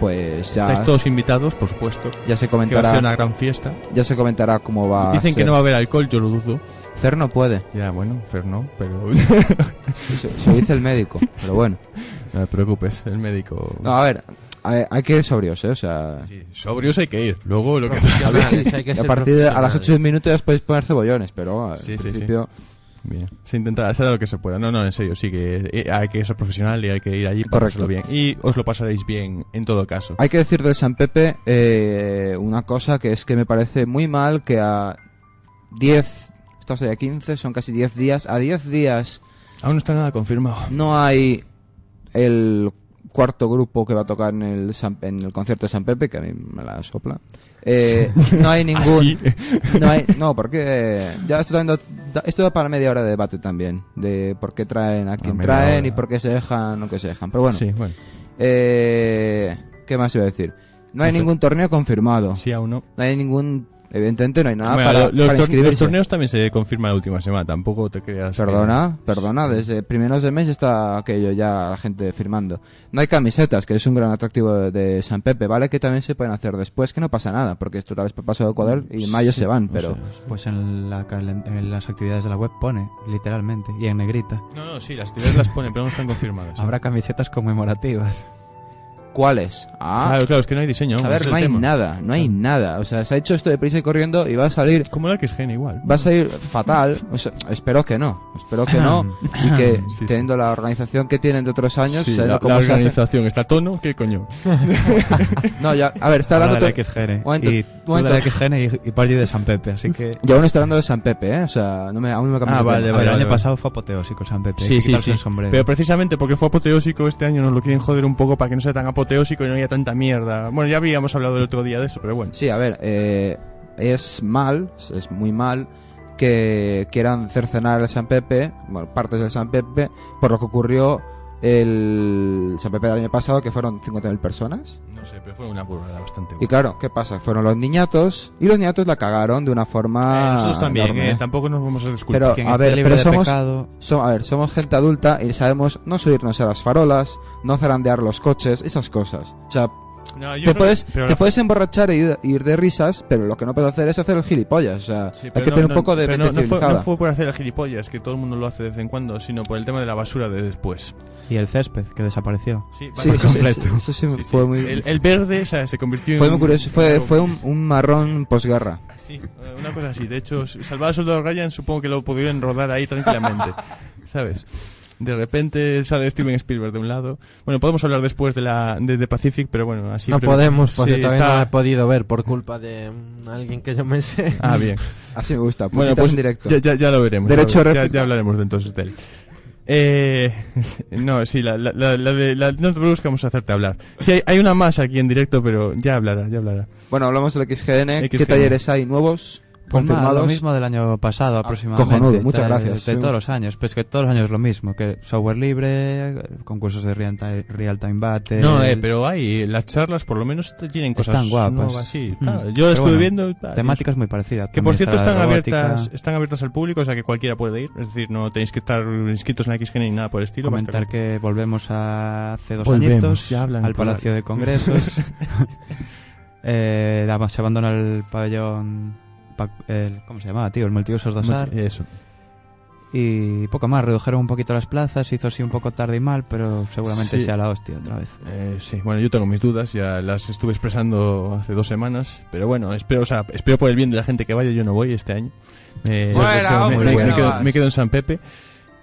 pues (laughs) ya, Estáis todos invitados, por supuesto. ya se Que va a ser una comentará. gran fiesta. Ya se comentará cómo va. Dicen a que ser. no va a haber alcohol, yo lo dudo. Cer no puede, Ya, bueno, Fer no, (laughs) pero (laughs) se, se lo dice el médico. Pero bueno, no te preocupes, el médico. no, a ver, hay, hay que ir sobrios, ¿eh? O sea... Sí, sobrios hay que ir. Luego lo que (laughs) A, ver, sí, Profesionales, hay que a ser partir de a las 8 profesionales. minutos ya podéis poner cebollones, pero al Sí, sí, sí. principio... Bien. Se intenta hacer lo que se pueda. No, no, en serio, sí que eh, hay que ser profesional y hay que ir allí para Correcto. hacerlo bien. Y os lo pasaréis bien en todo caso. Hay que decir del San Pepe eh, una cosa que es que me parece muy mal que a 10, estamos hoy a 15, son casi 10 días, a 10 días Aún no está nada confirmado. no hay el cuarto grupo que va a tocar en el, San- en el concierto de San Pepe, que a mí me la sopla. Eh, no hay ningún... Así. No, hay- no, porque eh, ya estoy dando, da- esto da para media hora de debate también, de por qué traen a quien Ah, media traen hora. y por qué se dejan o que se dejan. Pero bueno, Sí, bueno. eh, ¿qué más iba a decir? No hay No sé. ningún torneo confirmado. Sí, aún no. No hay ningún, evidentemente no hay nada Bueno, para, lo- los, para tor- inscribirse. los torneos también se confirman la última semana. Tampoco te creas. que- Perdona, perdona, desde primeros de mes está aquello ya la gente firmando. No hay camisetas, que es un gran atractivo de, de San Pepe, ¿vale? Que también se pueden hacer después, que no pasa nada, porque esto tal vez pasa de Ecuador y en mayo Sí, se van, no pero... sé. Pues en, la calen- en las actividades de la web pone, literalmente, y en negrita. No, no, sí, las actividades las ponen, pero no están confirmadas. Habrá camisetas conmemorativas. ¿Cuáles? (laughs) Ah, Claro, claro, es que no hay diseño. aún, a ver, ese es no hay el tema. nada, no hay nada. O sea, se ha hecho esto de prisa y corriendo y va a salir Como la que es gene igual. va a salir fatal. O sea, espero que no. Espero que no. Y (laughs) que Sí, sí. teniendo la organización que tienen de otros años, Sí, sabiendo la, cómo la se hace- organización está a tono, ¿qué coño? No, ya, a ver, está Ah, Habla hablando. de la to- XGN. Momento, y tú de la momento. XGN y, y Pardi de San Pepe, así (laughs) que... Yo aún estoy hablando de San Pepe, ¿eh? O sea, no me, aún no me cambias Ah, de vale, tema. el vale, año vale. pasado fue apoteósico San Pepe. hay que quitarse El sombrero. Pero precisamente porque fue apoteósico este año nos lo quieren joder un poco para que no sea tan apoteósico y no haya tanta mierda. Bueno, ya habíamos hablado el otro día de eso, pero bueno. Sí, a ver, eh, es mal, es muy mal que quieran cercenar el San Pepe, bueno, partes del San Pepe, por lo que ocurrió el San Pepe del año pasado, que fueron 50.000 personas. No sé, pero fue una burrada bastante Y claro, ¿qué pasa? Fueron los niñatos y los niñatos la cagaron de una forma. nosotros también, enorme. eh, tampoco nos vamos a disculpar. Pero, Quien a esté ver, libre pero de somos, pecado, so- a ver, somos gente adulta y sabemos no subirnos a las farolas, no zarandear los coches, esas cosas. O sea, No, yo te, creo- puedes, pero te la- puedes emborrachar e ir, ir de risas, pero lo que no puedes hacer es hacer el gilipollas. O sea, sí, hay pero que no- tener un no- poco de pero mente no, no fue, civilizada. no fue por hacer el gilipollas, que todo el mundo lo hace de vez en cuando, sino por el tema de la basura de después. Y el césped, que desapareció. Sí, Sí, bastante sí, sí, completo. sí, eso sí, Sí, sí. fue muy... El, el verde o sea, se convirtió en. fue muy curioso, fue, en- fue un, un marrón posguerra. Sí, eh, una cosa así. De hecho, s- Salvado Soldado Ryan supongo que lo pudieron rodar ahí tranquilamente. ¿Sabes? De repente sale Steven Spielberg de un lado. Bueno, podemos hablar después de la de, de Pacific, pero bueno, así. no breve- podemos, porque Sí, todavía no está- he podido ver por culpa de mm, alguien que yo me sé. Ah, bien. Así me gusta, Bueno, bueno, pues en directo. Ya, ya, ya lo veremos. Derecho ya, lo- a ya, réplica. ya hablaremos de entonces de él. Eh, (laughs) no, sí, la, la, la, la de, la, no te preocupes que vamos a hacerte hablar. Sí, hay, hay una más aquí en directo, pero ya hablará, ya hablará. Bueno, hablamos del XGN. ¿Qué XGN. talleres hay nuevos? Pues nada, lo Confirmados. mismo del año pasado Ah, aproximadamente. cojonudo, muchas de- gracias. De, Sí. todos los años. Pues que todos los años es lo mismo. Que software libre, concursos de real time, real time battle. No, eh, pero hay, las charlas por lo menos te tienen cosas Están guapas. nuevas, sí, tal. Yo Mm. Pero estuve bueno, viendo... tal, Temáticas muy parecidas. Que por También cierto está la están robótica, abiertas, están abiertas al público, o sea que cualquiera puede ir. Es decir, no tenéis que estar inscritos en la XGN ni nada por el estilo. basta Comentar con- que volvemos a hace dos Volvemos, añitos ya hablan al plural. Palacio (laughs) de Congresos. eh, además, se abandona el pabellón. pa- el- ¿Cómo se llamaba, tío? El multiusos de azar. Eso. Y poco más, redujeron un poquito las plazas, se hizo así un poco tarde y mal, pero seguramente Sí. sea la hostia otra vez. Eh, sí, bueno, yo tengo mis dudas, ya las estuve expresando hace dos semanas, pero bueno, espero, o sea, espero por el bien de la gente que vaya, yo no voy este año. Eh, Fuera, les deseo- me- hombre, me, me fuera quedo, vas. me quedo en San Pepe.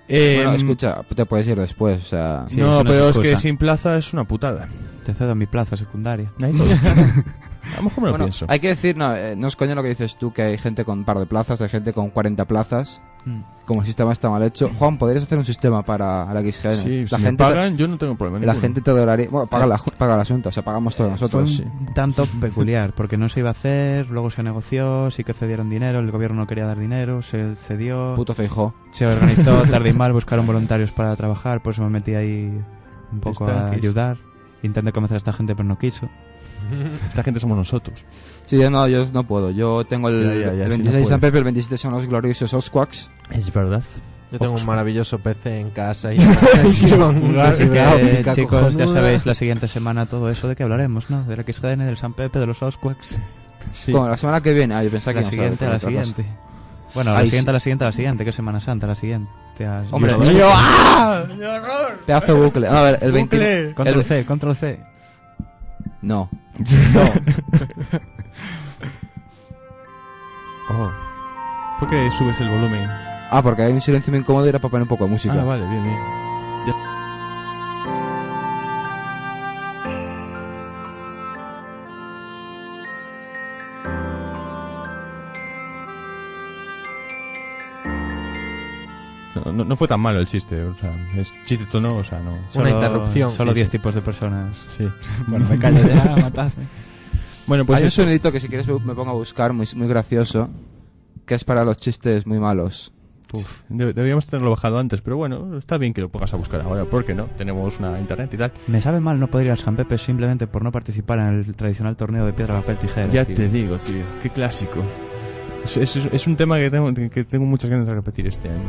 Eh, Bueno, escucha, te puedes ir después, o sea... Sí, eso no, no es pero es excusa. que sin plaza es una putada. Te cedo mi plaza secundaria. (laughs) A lo mejor me lo Bueno, pienso. hay que decir, no, eh, no es coño lo que dices tú, que hay gente con par de plazas, hay gente con 40 plazas. Mm. Como el sistema está mal hecho. Juan, ¿podrías hacer un sistema para la XGN? Sí, la si me gente pagan, yo no tengo problema. La ninguno. gente te adoraría. Bueno, paga la, ju- paga la Junta, o sea, pagamos todos Fue un nosotros. (laughs) tanto peculiar, porque no se iba a hacer, luego se negoció, sí que cedieron dinero, el gobierno no quería dar dinero, se cedió, Puto feijó. (laughs) se organizó tarde y mal, buscaron voluntarios para trabajar, pues me metí ahí un poco a Estanques. ayudar. Intenté convencer a esta gente, pero no quiso. Esta gente somos nosotros. Sí, yo no, yo no puedo. Yo tengo el, Ya, ya, ya, el sí, 26 no puedes. San Pepe, el 27 son los gloriosos Osquaks. Es verdad. Yo tengo un maravilloso PC en casa (laughs) y una conexión jugar. de Así que, ciberáutica chicos, ya cojonuda. sabéis la siguiente semana todo eso de que hablaremos, ¿no? De la XGN, del San Pepe, de los Osquacks. Sí. Bueno, la semana que viene. Ah, yo pensaba La que íbamos a hablar siguiente, a la de otra cosa. siguiente. Bueno, a la Ay, siguiente, sí. a la siguiente, a la siguiente, que es Semana Santa, a la siguiente. A- Hombre, (laughs) Yo- yo- ¡Ah! ¡Qué horror! Pedazo de bucle. No, a ver, el 20. Bucle. el- Control C, control C. No. Oh. ¿Por qué subes el volumen? Ah, porque hay un silencio muy incómodo y era para poner un poco de música. Ah, vale, bien, bien. No, no- no fue tan malo el chiste, o sea, es chiste tono, o sea, no. Una interrupción, Solo sí, 10 sí. tipos de personas. Sí. (laughs) Bueno, me callo (laughs) ya, matad. Bueno, pues hay un eso. sonidito que si quieres me pongo a buscar, muy, muy gracioso, que es para los chistes muy malos. Uf, deb- deberíamos tenerlo bajado antes, pero bueno, está bien que lo pongas a buscar ahora, porque no, tenemos una internet y tal. Me sabe mal no poder ir al San Pepe simplemente por no participar en el tradicional torneo de piedra, papel, tijera. Ya tío. te digo, tío, qué clásico. Es, es- es un tema que tengo, que tengo muchas ganas de repetir este año.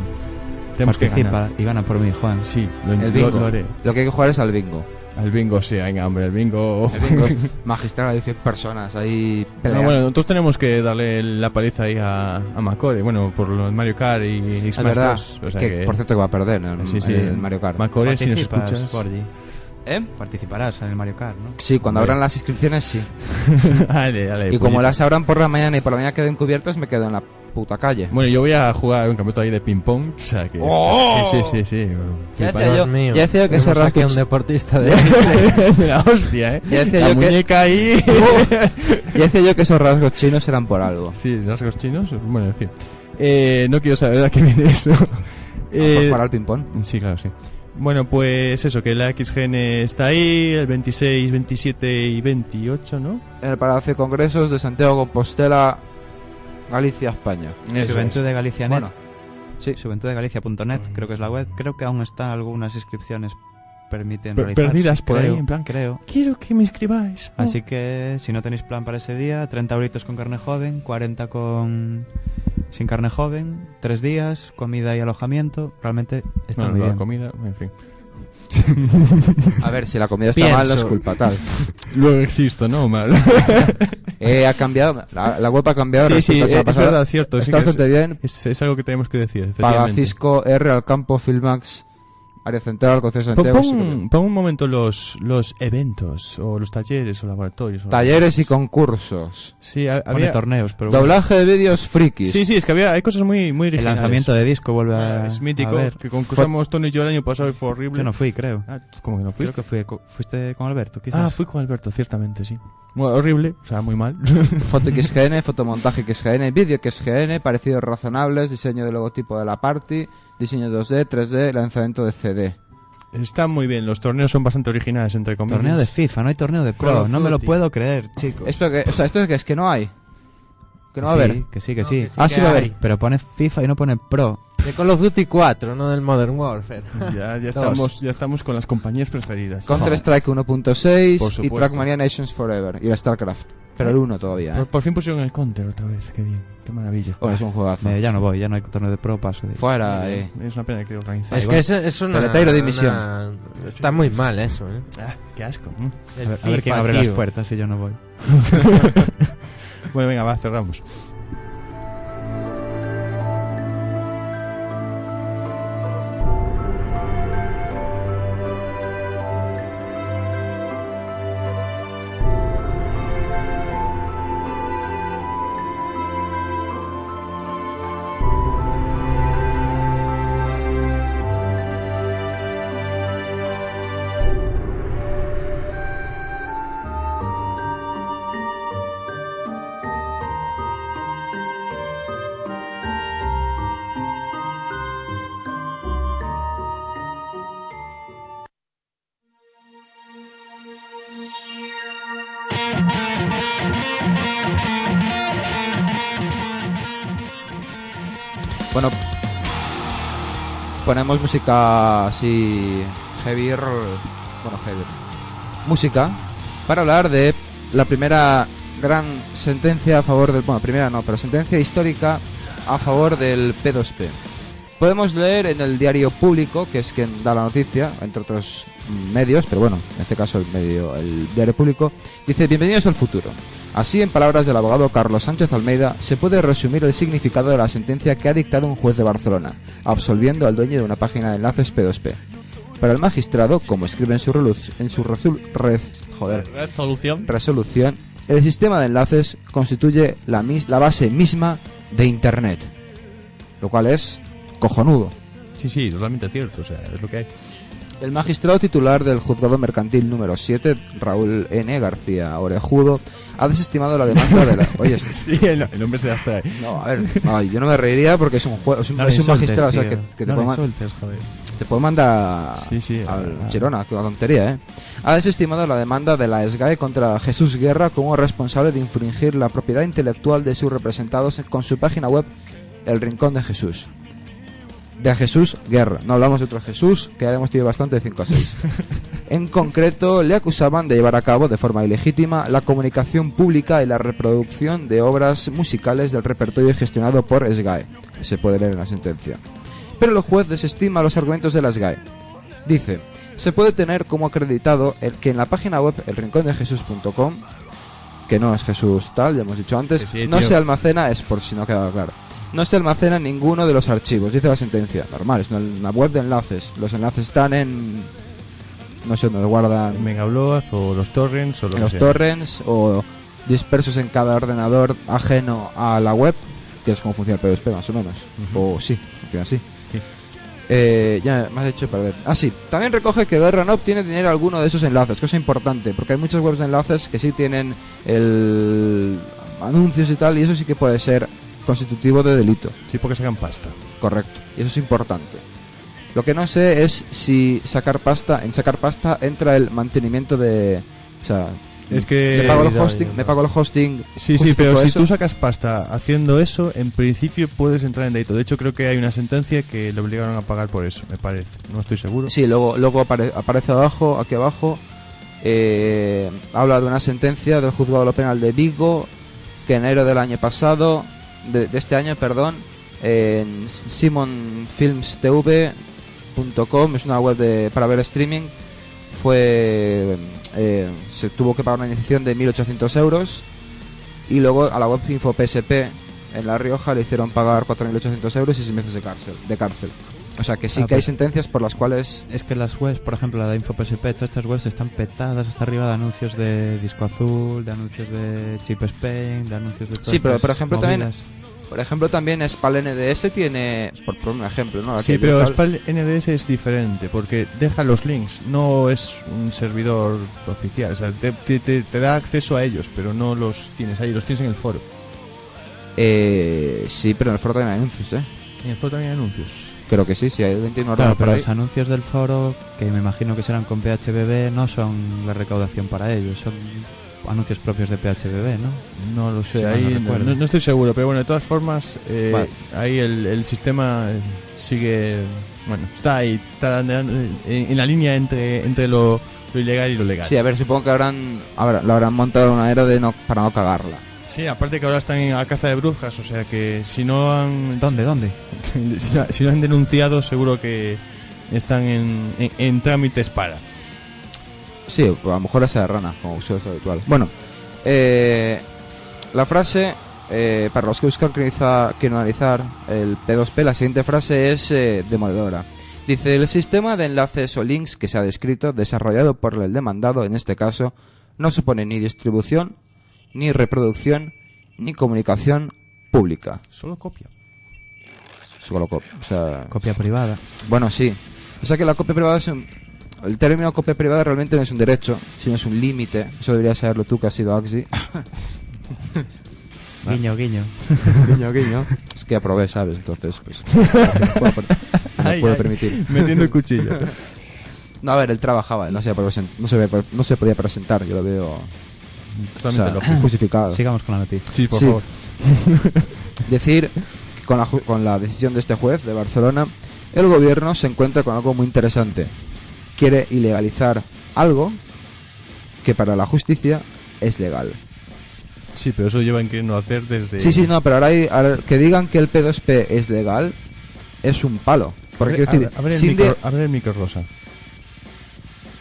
Tenemos que ganar. Participa y gana por mí, Juan. Sí, lo, El lo- bingo. lo haré. Lo que hay que jugar es al bingo. El bingo, sí, venga, hombre, el bingo. El bingo es (laughs) magistral, hay 100 personas ahí No, peleando. bueno, nosotros tenemos que darle la paliza ahí a, a Macore, bueno, por los Mario Kart y es Smash verdad, Bros. O sea que, que- por cierto que va a perder en el, sí, sí, en el Mario Kart. Macore, si nos Participas, escuchas. (laughs) Borgi. ¿Eh? Participarás en el Mario Kart, ¿no? Sí, cuando Hombre. abran las inscripciones sí. dale, dale. y como puñeta. las abran por la mañana y por la mañana queden cubiertas, me quedo en la puta calle. Bueno, yo voy a jugar un campeonato ahí de ping-pong. O sea que. Sí, sí, sí, sí. Ya Flipado. decía yo, mío, ya decía yo que tenemos ese aquí a un Rakic- (laughs) deportista de... (laughs) la hostia, eh. Ya decía la yo que- muñeca ahí. Ya decía yo que esos rasgos chinos eran por algo. sí, rasgos chinos. Bueno, en fin. Eh, no quiero saber a qué viene (laughs) eso. Vamos a Eh, jugar al ping-pong. Sí, claro, sí. Bueno, pues eso, que la XGN está ahí, el 26, 27 y 28, ¿no? En el Palacio de Congresos de Santiago Compostela, Galicia, España. Juventud de Galicia Net. Bueno, sí. juventudegalicia.net, Mm. creo que es la web. Creo que aún están algunas inscripciones permiten Per- realizarse, perdidas por creo, ahí, en plan, creo. Quiero que me inscribáis. Así que si no tenéis plan para ese día, 30 euritos con carne joven, 40 con sin carne joven, 3 días, comida y alojamiento. Realmente está Bueno, muy la bien. comida, en fin. A ver, si la comida está Pienso. mal, no es culpa tal. Luego existo, ¿no? Mal. Eh, ha cambiado, la, la web ha (laughs) cambiado. sí, sí, respecto a la es, semana pasada. verdad, cierto. sí Está que es- bastante bien. es, es algo que tenemos que decir. Paga efectivamente. Cisco, R al campo, Filmax, área central, Conceso Pon, Santiago. pon- pon un momento los, los eventos, o los talleres, o laboratorios. o- Talleres y concursos. Sí, ha- Pone había... torneos, pero bueno. Doblaje de vídeos frikis. Sí, sí, es que había, hay cosas muy, muy el originales. Ah, lanzamiento de disco vuelve a, es a mítico, ver. que concursamos Tony y yo el año pasado y fue horrible. Yo no fui, creo. Ah, ¿Cómo que no Creo fuiste? que fui co- fuiste con Alberto, quizás. Ah, fui con Alberto, ciertamente, sí. Bueno, horrible, o sea, muy mal. (laughs) Foto XGN, fotomontaje XGN, vídeo XGN, parecidos razonables, diseño de logotipo de la party, diseño 2D, 3D, lanzamiento de CD. Están muy bien, los torneos son bastante originales, entre comillas. Torneo de FIFA, no hay torneo de pro. Call of no me lo Duty. puedo creer, chicos. Esto que, o sea, esto es que es que no hay. Que no va a sí, haber. Que sí, que No, sí. que sí Ah, que sí va a haber. hay. Pero pone FIFA y no pone pro. De Call of Duty 4, no del Modern (laughs) Warfare. Ya, ya, Todos. estamos, ya estamos con las compañías preferidas. Counter Joder. Strike Por 1.6 y supuesto. Trackmania Nations Forever y la StarCraft. Pero el 1 todavía. Por, ¿eh? por fin pusieron el Counter otra vez, qué bien, qué maravilla. Bueno, es un juegazo. Eh, ya no voy, ya no hay torneo de pro, paso. de- Fuera, eh. Es una pena que organizar. es que es, es una... Secretario de dimisión. una- Está muy mal eso, ¿eh? Ah, qué asco. mm. A El ver, a ver quién FIFA, abre tío. las puertas si yo no voy. (laughs) Bueno, venga, va, cerramos. Bueno, ponemos música así heavy, r- bueno heavy, música para hablar de la primera gran sentencia a favor del, bueno primera no, pero sentencia histórica a favor del P2P. Podemos leer en el diario público, que es quien da la noticia, entre otros mm, medios, pero bueno, en este caso el medio, el diario público, dice bienvenidos al futuro. Así, en palabras del abogado Carlos Sánchez Almeida, se puede resumir el significado de la sentencia que ha dictado un juez de Barcelona, absolviendo al dueño de una página de enlaces P2P. Para el magistrado, como escribe en su, relu- en su resu- res- Joder. Resolución. resolución, el sistema de enlaces constituye la, mis- la base misma de Internet. Lo cual es cojonudo. Sí, sí, totalmente cierto. O sea, es lo que hay. El magistrado titular del juzgado mercantil número 7, Raúl N. García Orejudo, ha desestimado la demanda de (laughs) la... (laughs) Oye, Sí, el, el hombre se hasta. no, a ver, no, yo no me reiría porque es un juego, es un, No le es un insultes, magistrado, o sea, que, tío. que te, no le puede man- insultes, joder. te puede mandar Sí, sí, a a- Girona, que la tontería, ¿eh? Ha desestimado la demanda de la SGAE contra Jesús Guerra como responsable de infringir la propiedad intelectual de sus representados con su página web El Rincón de Jesús. De Jesús Guerra. No hablamos de otro Jesús, que ya hemos tenido bastante de 5 a 6. En concreto, le acusaban de llevar a cabo de forma ilegítima la comunicación pública y la reproducción de obras musicales del repertorio gestionado por SGAE. Se puede leer en la sentencia. Pero el juez desestima los argumentos de la SGAE. Dice, se puede tener como acreditado el que en la página web elrincondejesús.com, que no es Jesús tal, ya hemos dicho antes, Sí, sí, no tío. se almacena, es por si no queda claro. No se almacena ninguno de los archivos, dice la sentencia. Normal, es una, una web de enlaces. Los enlaces están en... No sé dónde los guardan. Megablog o los torrents o lo en que los sea. torrents o dispersos en cada ordenador ajeno a la web, que es como funciona el PDSP más o menos. O sí, funciona así. Sí. Eh, ya me has hecho perder. Ah, sí. También recoge que Guerra no obtiene dinero alguno de esos enlaces, cosa importante, porque hay muchas webs de enlaces que sí tienen el anuncios y tal, y eso sí que puede ser constitutivo de delito. Sí, porque sacan pasta. Correcto. Y eso es importante. Lo que no sé es si sacar pasta, en sacar pasta entra el mantenimiento de, o sea, Es que. me pago el olvidado, hosting, olvidado. me pago el hosting. Sí, sí, justifico pero si eso. tú sacas pasta haciendo eso, en principio puedes entrar en delito. De hecho, creo que hay una sentencia que le obligaron a pagar por eso, me parece. No estoy seguro. Sí, luego, luego apare- aparece abajo, aquí abajo, eh, habla de una sentencia del juzgado de lo penal de Vigo que en enero del año pasado, de, de este año, perdón, en simonfilmstv.com, es una web de, para ver streaming, fue eh, se tuvo que pagar una iniciación de 1.800 euros y luego a la web InfoPSP en La Rioja le hicieron pagar 4.800 euros y 6 meses de cárcel. De cárcel. O sea que sí Ah, que hay pues. sentencias por las cuales... Es que las webs, por ejemplo, la de InfoPSP, todas estas webs están petadas hasta arriba de anuncios de Disco Azul, de anuncios de Chip Spain, de anuncios de todas Sí, pero, estas por ejemplo, también- movidas. Por ejemplo, también Spal NDS tiene... Por, por un ejemplo, Ah, ¿no? Sí, Aquel pero tal- Spal NDS es diferente porque deja los links, no es un servidor oficial. O sea, te, te- te- te da acceso a ellos, pero no los tienes ahí, los tienes en el foro. Eh, sí, pero en el foro también hay anuncios, ¿eh? En el foro también hay anuncios. Creo que sí, si hay alguien tiene un Claro, ordenador pero por ahí. los anuncios del foro, que me imagino que serán con PHBB, no son la recaudación para ellos, son anuncios propios de PHBB, ¿no? No lo sé, Sí, ahí no no, recuerdo. no- no estoy seguro, pero bueno, de todas formas, eh, Vale. ahí el, el sistema sigue, bueno, está ahí, está en, en la línea entre, entre lo, lo ilegal y lo legal. Sí, a ver, supongo que habrán, habrá- lo habrán montado de una manera de no, para no cagarla. Sí, aparte que ahora están a caza de brujas, o sea que si no han, ¿Dónde, dónde? (laughs) si, no, si no han denunciado, seguro que están en, en- en trámites para. Sí, a lo mejor esa de rana, como suele ser habitual. Bueno, eh, la frase, eh, para los que buscan criminaliza- criminalizar el P2P, la siguiente frase es eh, demoledora. Dice, el sistema de enlaces o links que se ha descrito, desarrollado por el demandado en este caso, no supone ni distribución, ni reproducción, ni comunicación pública. Solo copia. Solo co- o sea, Copia privada. bueno, sí. O sea que la copia privada es un... El término copia privada realmente no es un derecho, sino es un límite. Eso deberías saberlo tú que has (laughs) sido Axi. Guiño, guiño. guiño, guiño. Es que aprobé, ¿sabes? Entonces, (laughs) pues... no puedo per- No Ay, puedo ay, permitir. Metiendo el cuchillo. No, a ver, él trabajaba, no se, podía presen- no se, ve- no se podía presentar, yo lo veo o Totalmente sea, lógico. justificado. Sigamos con la noticia. Sí, por Sí. favor. (laughs) decir que con la, ju- con la decisión de este juez de Barcelona, el gobierno se encuentra con algo muy interesante. Quiere ilegalizar algo que para la justicia es legal. Sí, pero eso llevan que no hacer desde. Sí, sí, no, pero ahora, hay, ahora que digan que el P2P es legal es un palo. Porque Abre- quiero decir, abre, abre el sin micro, de- abre el micro, rosa.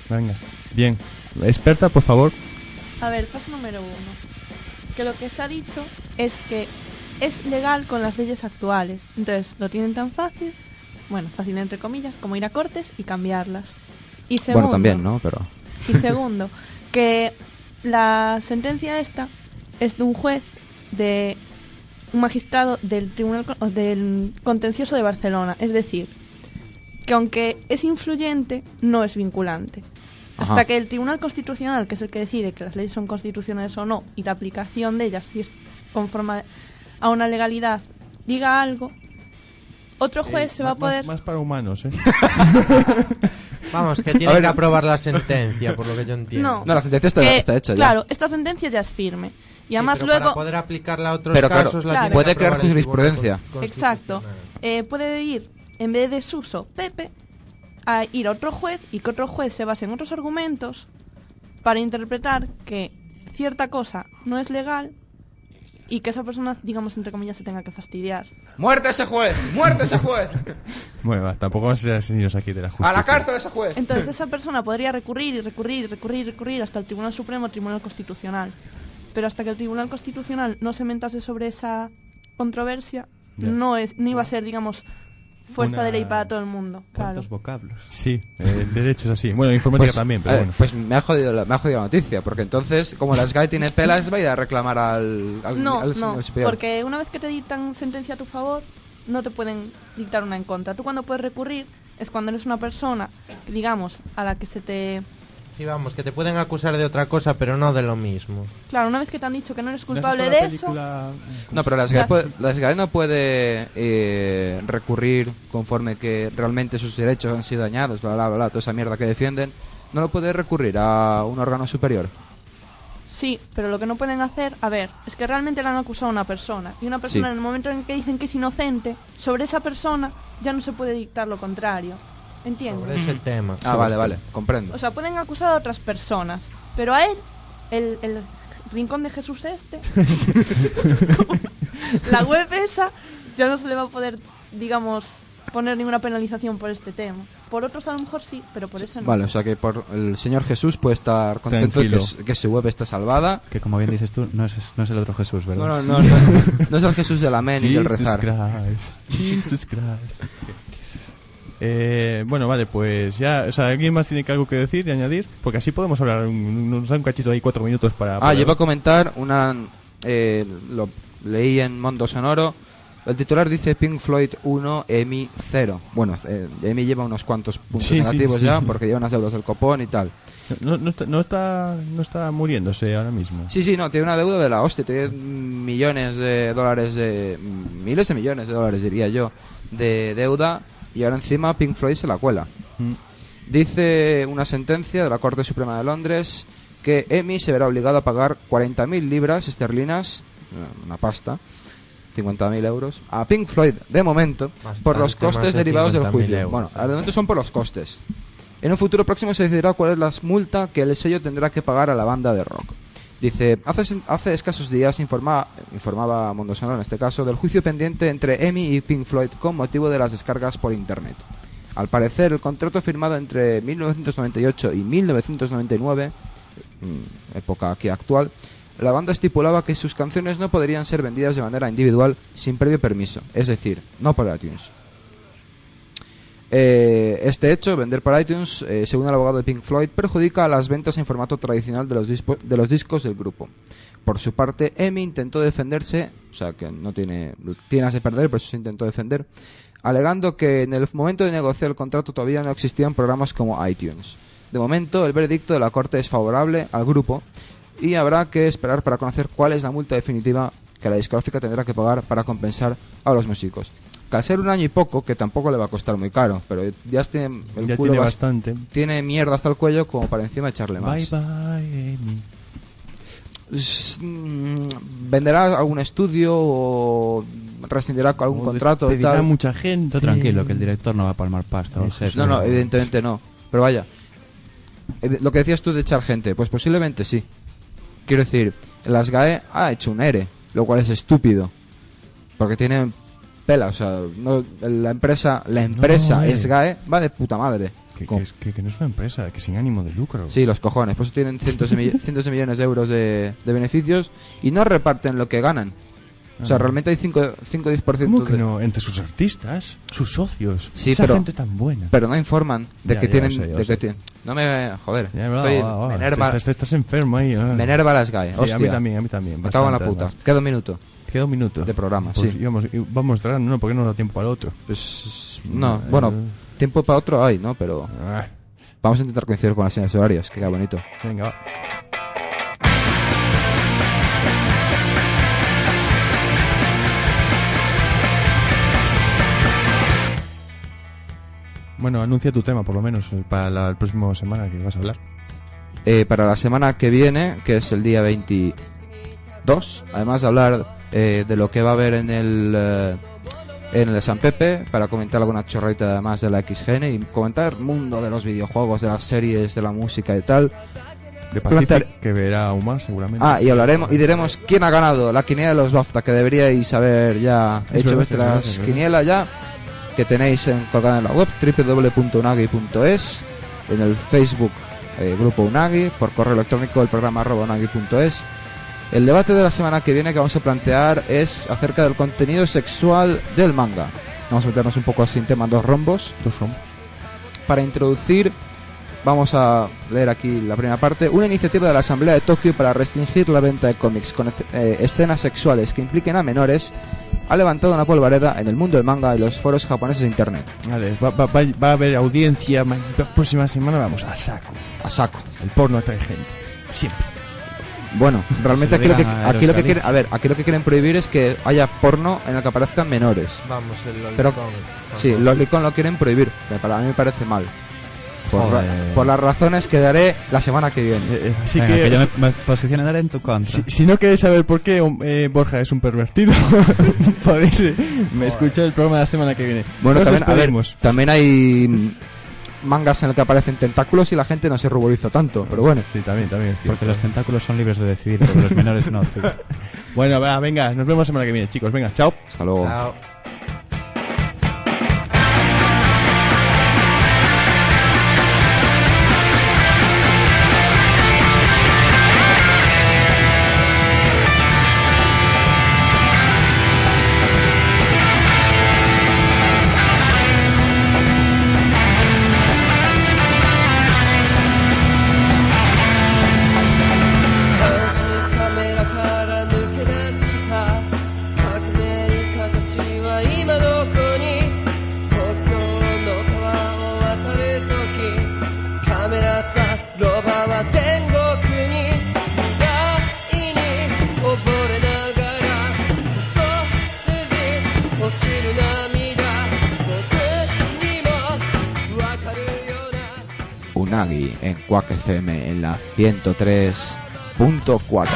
Venga. Bien. Experta, por favor. A ver, paso número uno. Que lo que se ha dicho es que es legal con las leyes actuales. Entonces, lo tienen tan fácil, bueno, fácil entre comillas, como ir a cortes y cambiarlas. Y segundo, bueno, también, ¿no? Pero Y segundo, que la sentencia esta es de un juez de un magistrado del tribunal Con- o del contencioso de Barcelona, es decir, que aunque es influyente no es vinculante. Hasta Ajá. que el Tribunal Constitucional, que es el que decide que las leyes son constitucionales o no y la aplicación de ellas si es conforme a una legalidad, diga algo, otro juez se va a Eh, Más- poder Más para (laughs) humanos, ¿eh? (laughs) Vamos, que tiene ver, que aprobar la sentencia, por lo que yo entiendo. No. No, la sentencia está, que, está hecha ya. Eh, Claro, esta sentencia ya es firme. Y Sí, además pero luego Para poder aplicarla a otros Pero claro, casos, la Claro. tiene puede que crear aprobar el Tribunal jurisprudencia. Con- Exacto. Constitucional. eh, puede ir, en vez de Suso, Pepe, a ir a otro juez y que otro juez se base en otros argumentos para interpretar que cierta cosa no es legal y que esa persona, digamos, entre comillas, se tenga que fastidiar. ¡Muerte a ese juez! ¡Muerte a ese juez! Bueno, va, tampoco vamos a ser asesinos aquí de la justicia. ¡A la cárcel a ese juez! Entonces esa persona podría recurrir y recurrir y recurrir y recurrir hasta el Tribunal Supremo, Tribunal Constitucional. Pero hasta que el Tribunal Constitucional no se mentase sobre esa controversia, Ya. no es no iba a ser, digamos, fuerza de Una- ley para todo el mundo. Claro. ¿Cuántos vocablos? Sí, eh, derecho es así. Bueno, informática Pues, también, pero eh, bueno. Pues me ha, jodido la, me ha jodido la noticia, porque entonces, como las GAE tiene pelas, va a ir a reclamar al, al, No, al no, señor superior. porque una vez que te dictan sentencia a tu favor, no te pueden dictar una en contra. Tú cuando puedes recurrir es cuando eres una persona, digamos, a la que se te... Sí, vamos, que te pueden acusar de otra cosa, pero no de lo mismo. Claro, una vez que te han dicho que no eres culpable ¿No de has eso... visto la No, pero las GAE, Las- puede- las GAE no puede eh, recurrir conforme que realmente sus derechos han sido dañados, bla, bla, bla, bla, toda esa mierda que defienden. No lo puede recurrir a un órgano superior. Sí, pero lo que no pueden hacer, a ver, es que realmente le han acusado a una persona. Y una persona Sí. en el momento en que dicen que es inocente, sobre esa persona ya no se puede dictar lo contrario. Sobre ¿Entiendes? ese tema. Ah, vale, vale, comprendo. O sea, pueden acusar a otras personas, pero a él, el, el rincón de Jesús este, la web esa, ya no se le va a poder, digamos, poner ninguna penalización por este tema. Por otros a lo mejor sí, pero por eso no. Vale, o sea que por el señor Jesús puede estar contento de que, Tranquilo. s- que su web está salvada. Que como bien dices tú, no es, no es el otro Jesús, ¿verdad? No, no, no, no, (laughs) no es el Jesús del amén y del Jesus rezar. Christ. Jesus Christ. Eh, bueno, vale, pues ya. O sea, ¿alguien más tiene que algo que decir y añadir? Porque así podemos hablar. un- nos da un cachito ahí cuatro minutos para. Ah, para- yo iba a comentar una. eh, lo leí en Mondo Sonoro. El titular dice Pink Floyd 1, EMI 0. Bueno, eh, EMI lleva unos cuantos puntos Sí, sí, negativos sí. ya porque lleva unas deudas del copón y tal. No, no está, no, está, no está muriéndose ahora mismo. Sí, sí, no, tiene una deuda de la hostia. Tiene millones de dólares, de, miles de millones de dólares, diría yo, de deuda. Y ahora encima Pink Floyd se la cuela. Mm. Dice una sentencia de la Corte Suprema de Londres que EMI se verá obligado a pagar 40.000 libras esterlinas, eh, una pasta, 50.000 euros, a Pink Floyd, de momento, Bastante por más los costes de derivados del 50.000 juicio. euros. Bueno, de momento son por los costes. En un futuro próximo se decidirá cuál es la multa que el sello tendrá que pagar a la banda de rock. Dice, hace, hace escasos días informa- informaba Mondo Sonoro en este caso del juicio pendiente entre EMI y Pink Floyd con motivo de las descargas por Internet. Al parecer, el contrato firmado entre 1998 y 1999, mm, época aquí actual, la banda estipulaba que sus canciones no podrían ser vendidas de manera individual sin previo permiso, es decir, no por iTunes. Eh, este hecho, vender para iTunes, eh, según el abogado de Pink Floyd, perjudica a las ventas en formato tradicional de los, dispo- de los discos del grupo. Por su parte, Emi intentó defenderse, o sea que no tiene, tiene de perder, pero se intentó defender, alegando que en el momento de negociar el contrato todavía no existían programas como iTunes. De momento, el veredicto de la Corte es favorable al grupo y habrá que esperar para conocer cuál es la multa definitiva que la discográfica tendrá que pagar para compensar a los músicos. Que al ser un año y poco, que tampoco le va a costar muy caro, pero ya tiene el ya culo tiene bast- bastante. tiene mierda hasta el cuello como para encima echarle más. Bye bye, Emi. S- mm, venderá algún estudio o rescindirá con algún O contrato y despedirá tal. mucha gente. Tú tranquilo, que el director no va a palmar pasta. o el jefe. No, eh, no, evidentemente no. Pero vaya, evi- lo que decías tú de echar gente, pues posiblemente sí. Quiero decir, las GAE ha hecho un ERE, lo cual es estúpido. Porque tienen pela, o sea, no- la empresa, la empresa no, eh. es GAE, va de puta madre. Que, Con- que es- que- que no es una empresa, que sin ánimo de lucro. Sí, los cojones. Por eso tienen cientos (laughs) de, mill- cientos de millones de euros de, de beneficios y no reparten lo que ganan. O sea, Ah. realmente hay 5 o 10%. ¿Cómo que de- no? Entre sus artistas, sus socios. Sí, esa pero- gente tan buena. Pero no informan de Ya, que ya lo tienen. sé, ya de lo que sé. tienen- No me... Joder, Ya, va, estoy... va, va. me, Te- enerva, estás, te estás enfermo ahí. ah. me enerva las gallas. Sí, Hostia, a mí también, a mí también. Me cago en la bastante, puta. además. Queda un minuto. Queda un minuto. De programa, Pues sí. Íbamos, í- vamos cerrando, ¿no? Porque no nos da tiempo al otro. Pues, no, bueno, tiempo para otro hay, ¿no? Pero Ah, vamos a intentar coincidir con las señales horarias, que queda bonito. venga, va. Bueno, anuncia tu tema, por lo menos, eh, para la, el próximo semana que vas a hablar. Eh, para la semana que viene, que es el día 22, además de hablar eh, de lo que va a haber en el eh, en el San Pepe, para comentar alguna chorradita además de la XGN y comentar mundo de los videojuegos, de las series, de la música y tal. De Pacific, Plantar- que verá aún más, seguramente. Ah, y hablaremos y diremos quién ha ganado la quiniela de los BAFTA, que deberíais haber ya Es hecho verdad, es verdad, es vuestras verdad. quinielas ya, que tenéis en, colgada en la web www.unagi.es, en el Facebook eh, Grupo Unagi, por correo electrónico el programa arroba unagi.es. El debate de la semana que viene que vamos a plantear es acerca del contenido sexual del manga. Vamos a meternos un poco así en tema dos rombos Estos son. para introducir, vamos a leer aquí la primera parte, una iniciativa de la Asamblea de Tokio para restringir la venta de cómics con eh, escenas sexuales que impliquen a menores ha levantado una polvareda en el mundo del manga y los foros japoneses de internet. Vale, va, va- va- va a haber audiencia. ma- La próxima semana vamos a saco. A saco. El porno atrae gente. Siempre. Bueno, realmente Se aquí lo que, obligan a aquí lo que los quieren, a ver, aquí lo que quieren prohibir es que haya porno en el que aparezcan menores. Vamos, el Pero- lolicón. Sí, los licón lo quieren prohibir, que para mí me parece mal. Por, ra- Joder. por las razones que daré la semana que viene. Eh, eh, así Venga, que. yo me, me posicionaré en tu contra. Si, si no queréis saber por qué um, eh, Borja es un pervertido, (laughs) podéis eh, me escuchar el programa de la semana que viene. Bueno, Nos también, a ver, despedimos. también hay mm, mangas en el que aparecen tentáculos y la gente no se ruboriza tanto, pero bueno. Sí, también, también. es cierto. Porque los tentáculos son libres de decidir, pero los menores no. tío. Bueno, va, venga, nos vemos la semana que viene, chicos. Venga, chao. Hasta luego. Chao. カメラから抜け出した革命形は今どこに国境の川を渡るときカメラかロバは天国に愛に溺れながら一筋落ちる涙僕にもわかるような Unagi en Quack FM en la 103.4.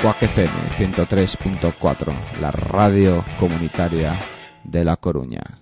Quack FM 103.4, la radio comunitaria de La Coruña.